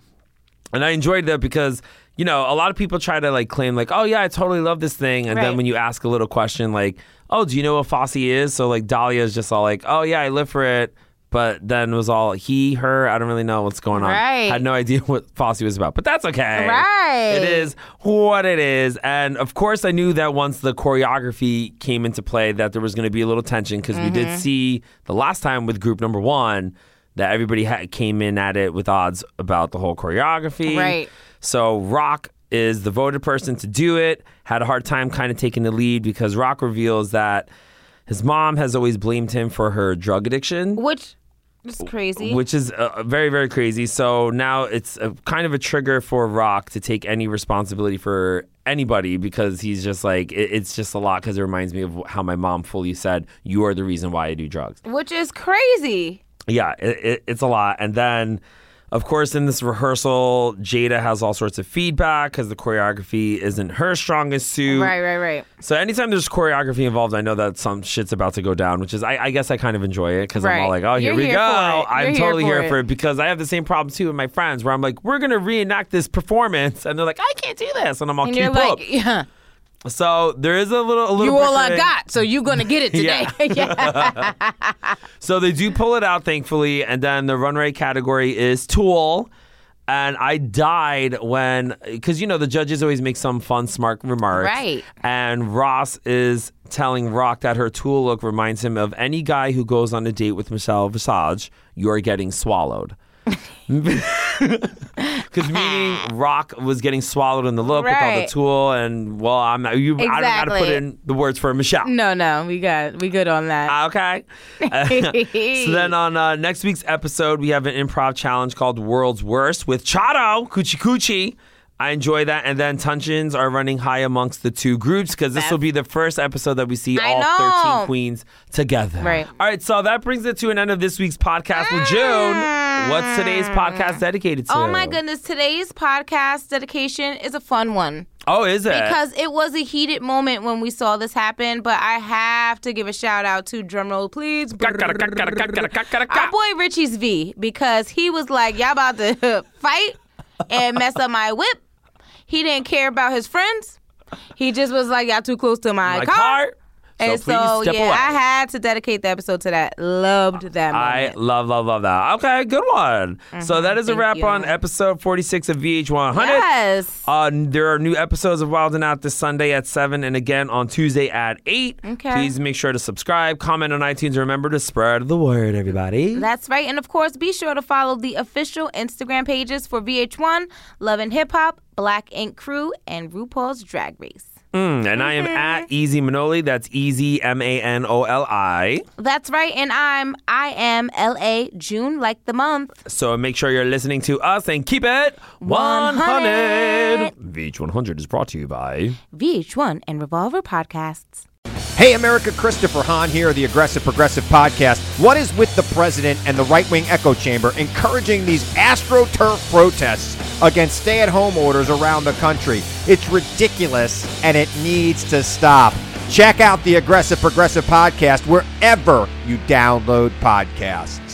Speaker 1: And I enjoyed that because, you know, a lot of people try to like claim, like, oh, yeah, I totally love this thing. And then
Speaker 2: Right.
Speaker 1: when you ask a little question, like, oh, do you know what Fosse is? So, like, Dahlia is just all like, oh, yeah, I live for it. But then was all he, her. I don't really know what's going on.
Speaker 2: Right.
Speaker 1: Had no idea what Fosse was about, but that's okay.
Speaker 2: Right.
Speaker 1: It is what it is. And of course, I knew that once the choreography came into play, that there was going to be a little tension because we did see the last time with group number one that everybody ha- came in at it with odds about the whole choreography.
Speaker 2: Right.
Speaker 1: So Rock is the voted person to do it. Had a hard time kind of taking the lead because Rock reveals that his mom has always blamed him for her drug addiction.
Speaker 2: Which is crazy.
Speaker 1: Which is uh, very, very crazy. So now it's a, kind of a trigger for Rock to take any responsibility for anybody because he's just like, it, it's just a lot because it reminds me of how my mom fully said, You are the reason why I do drugs.
Speaker 2: which is crazy.
Speaker 1: Yeah, it, it, it's a lot. And then, of course, in this rehearsal, Jada has all sorts of feedback because the choreography isn't her strongest suit.
Speaker 2: Right, right, right.
Speaker 1: So anytime there's choreography involved, I know that some shit's about to go down, which is I, I guess I kind of enjoy it because I'm all like,
Speaker 2: Right.
Speaker 1: oh, here
Speaker 2: You're
Speaker 1: we
Speaker 2: here
Speaker 1: go.
Speaker 2: for it.
Speaker 1: I'm
Speaker 2: You're here
Speaker 1: totally
Speaker 2: for
Speaker 1: here
Speaker 2: it.
Speaker 1: for it because I have the same problem too with my friends where I'm like, we're gonna reenact this performance, and they're like, I can't do this, and I'm all
Speaker 2: And
Speaker 1: keep
Speaker 2: you're like,
Speaker 1: up.
Speaker 2: yeah,
Speaker 1: So there is a little, a little.
Speaker 2: you all I
Speaker 1: bickering.
Speaker 2: got, so you gonna get it today.
Speaker 1: Yeah.
Speaker 2: yeah.
Speaker 1: So they do pull it out, thankfully, and then the runway category is Tool. And I died when, because you know the judges always make some fun, smart remarks.
Speaker 2: Right.
Speaker 1: And Ross is telling Rock that her Tool look reminds him of any guy who goes on a date with Michelle Visage. You're getting swallowed. Because meaning Rock was getting swallowed in the look with all the
Speaker 2: Right.
Speaker 1: Tool, and well, I'm not, you, I don't know how to put
Speaker 2: Exactly.
Speaker 1: in the words for Michelle.
Speaker 2: No, no, we got we good on that.
Speaker 1: Okay. so then on uh, next week's episode, we have an improv challenge called World's Worst with Chato Coochie Coochie. I enjoy that. And then tensions are running high amongst the two groups because this will be the first episode that we see
Speaker 2: I
Speaker 1: all
Speaker 2: know.
Speaker 1: 13 queens together.
Speaker 2: Right.
Speaker 1: All right. So that brings it to an end of this week's podcast with June. What's today's podcast dedicated to?
Speaker 2: Oh my goodness, today's podcast dedication is a fun one.
Speaker 1: Oh, is it?
Speaker 2: Because it was a heated moment when we saw this happen, but I have to give a shout out to drumroll please. Our boy Richie's V because he was like, y'all about to fight and mess up my whip. He didn't care about his friends. He just was like, y'all too close to my,
Speaker 1: my car.
Speaker 2: And
Speaker 1: so please
Speaker 2: so,
Speaker 1: step
Speaker 2: yeah,
Speaker 1: away.
Speaker 2: I had to dedicate the episode to that. Loved that
Speaker 1: I
Speaker 2: moment.
Speaker 1: love, love, love that. Okay, good one. So that is a
Speaker 2: Mm-hmm. thank
Speaker 1: wrap
Speaker 2: you.
Speaker 1: on episode 46 of VH100.
Speaker 2: yes.
Speaker 1: Uh, there are new episodes of Wild and Out this Sunday at 7 and again on Tuesday at 8.
Speaker 2: Okay.
Speaker 1: Please make sure to subscribe, comment on iTunes, and remember to spread the word, everybody.
Speaker 2: That's right. And of course, be sure to follow the official Instagram pages for VH1, Love and Hip Hop, Black Ink Crew, and RuPaul's Drag Race.
Speaker 1: Mm, and I am
Speaker 2: Mm-hmm.
Speaker 1: at Easy Manoli. That's Easy M A N O L I.
Speaker 2: That's right. And I'm I am LA June like the month.
Speaker 1: So make sure you're listening to us and keep it 100.
Speaker 6: VH100 is brought to you by.
Speaker 2: VH1 and Revolver podcasts.
Speaker 7: Hey, America, Christopher Hahn here, the Aggressive Progressive Podcast. What is with the president and the right wing echo chamber encouraging these astroturf protests against stay at home orders around the country? It's ridiculous and it needs to stop. Check out the Aggressive Progressive Podcast wherever you download podcasts.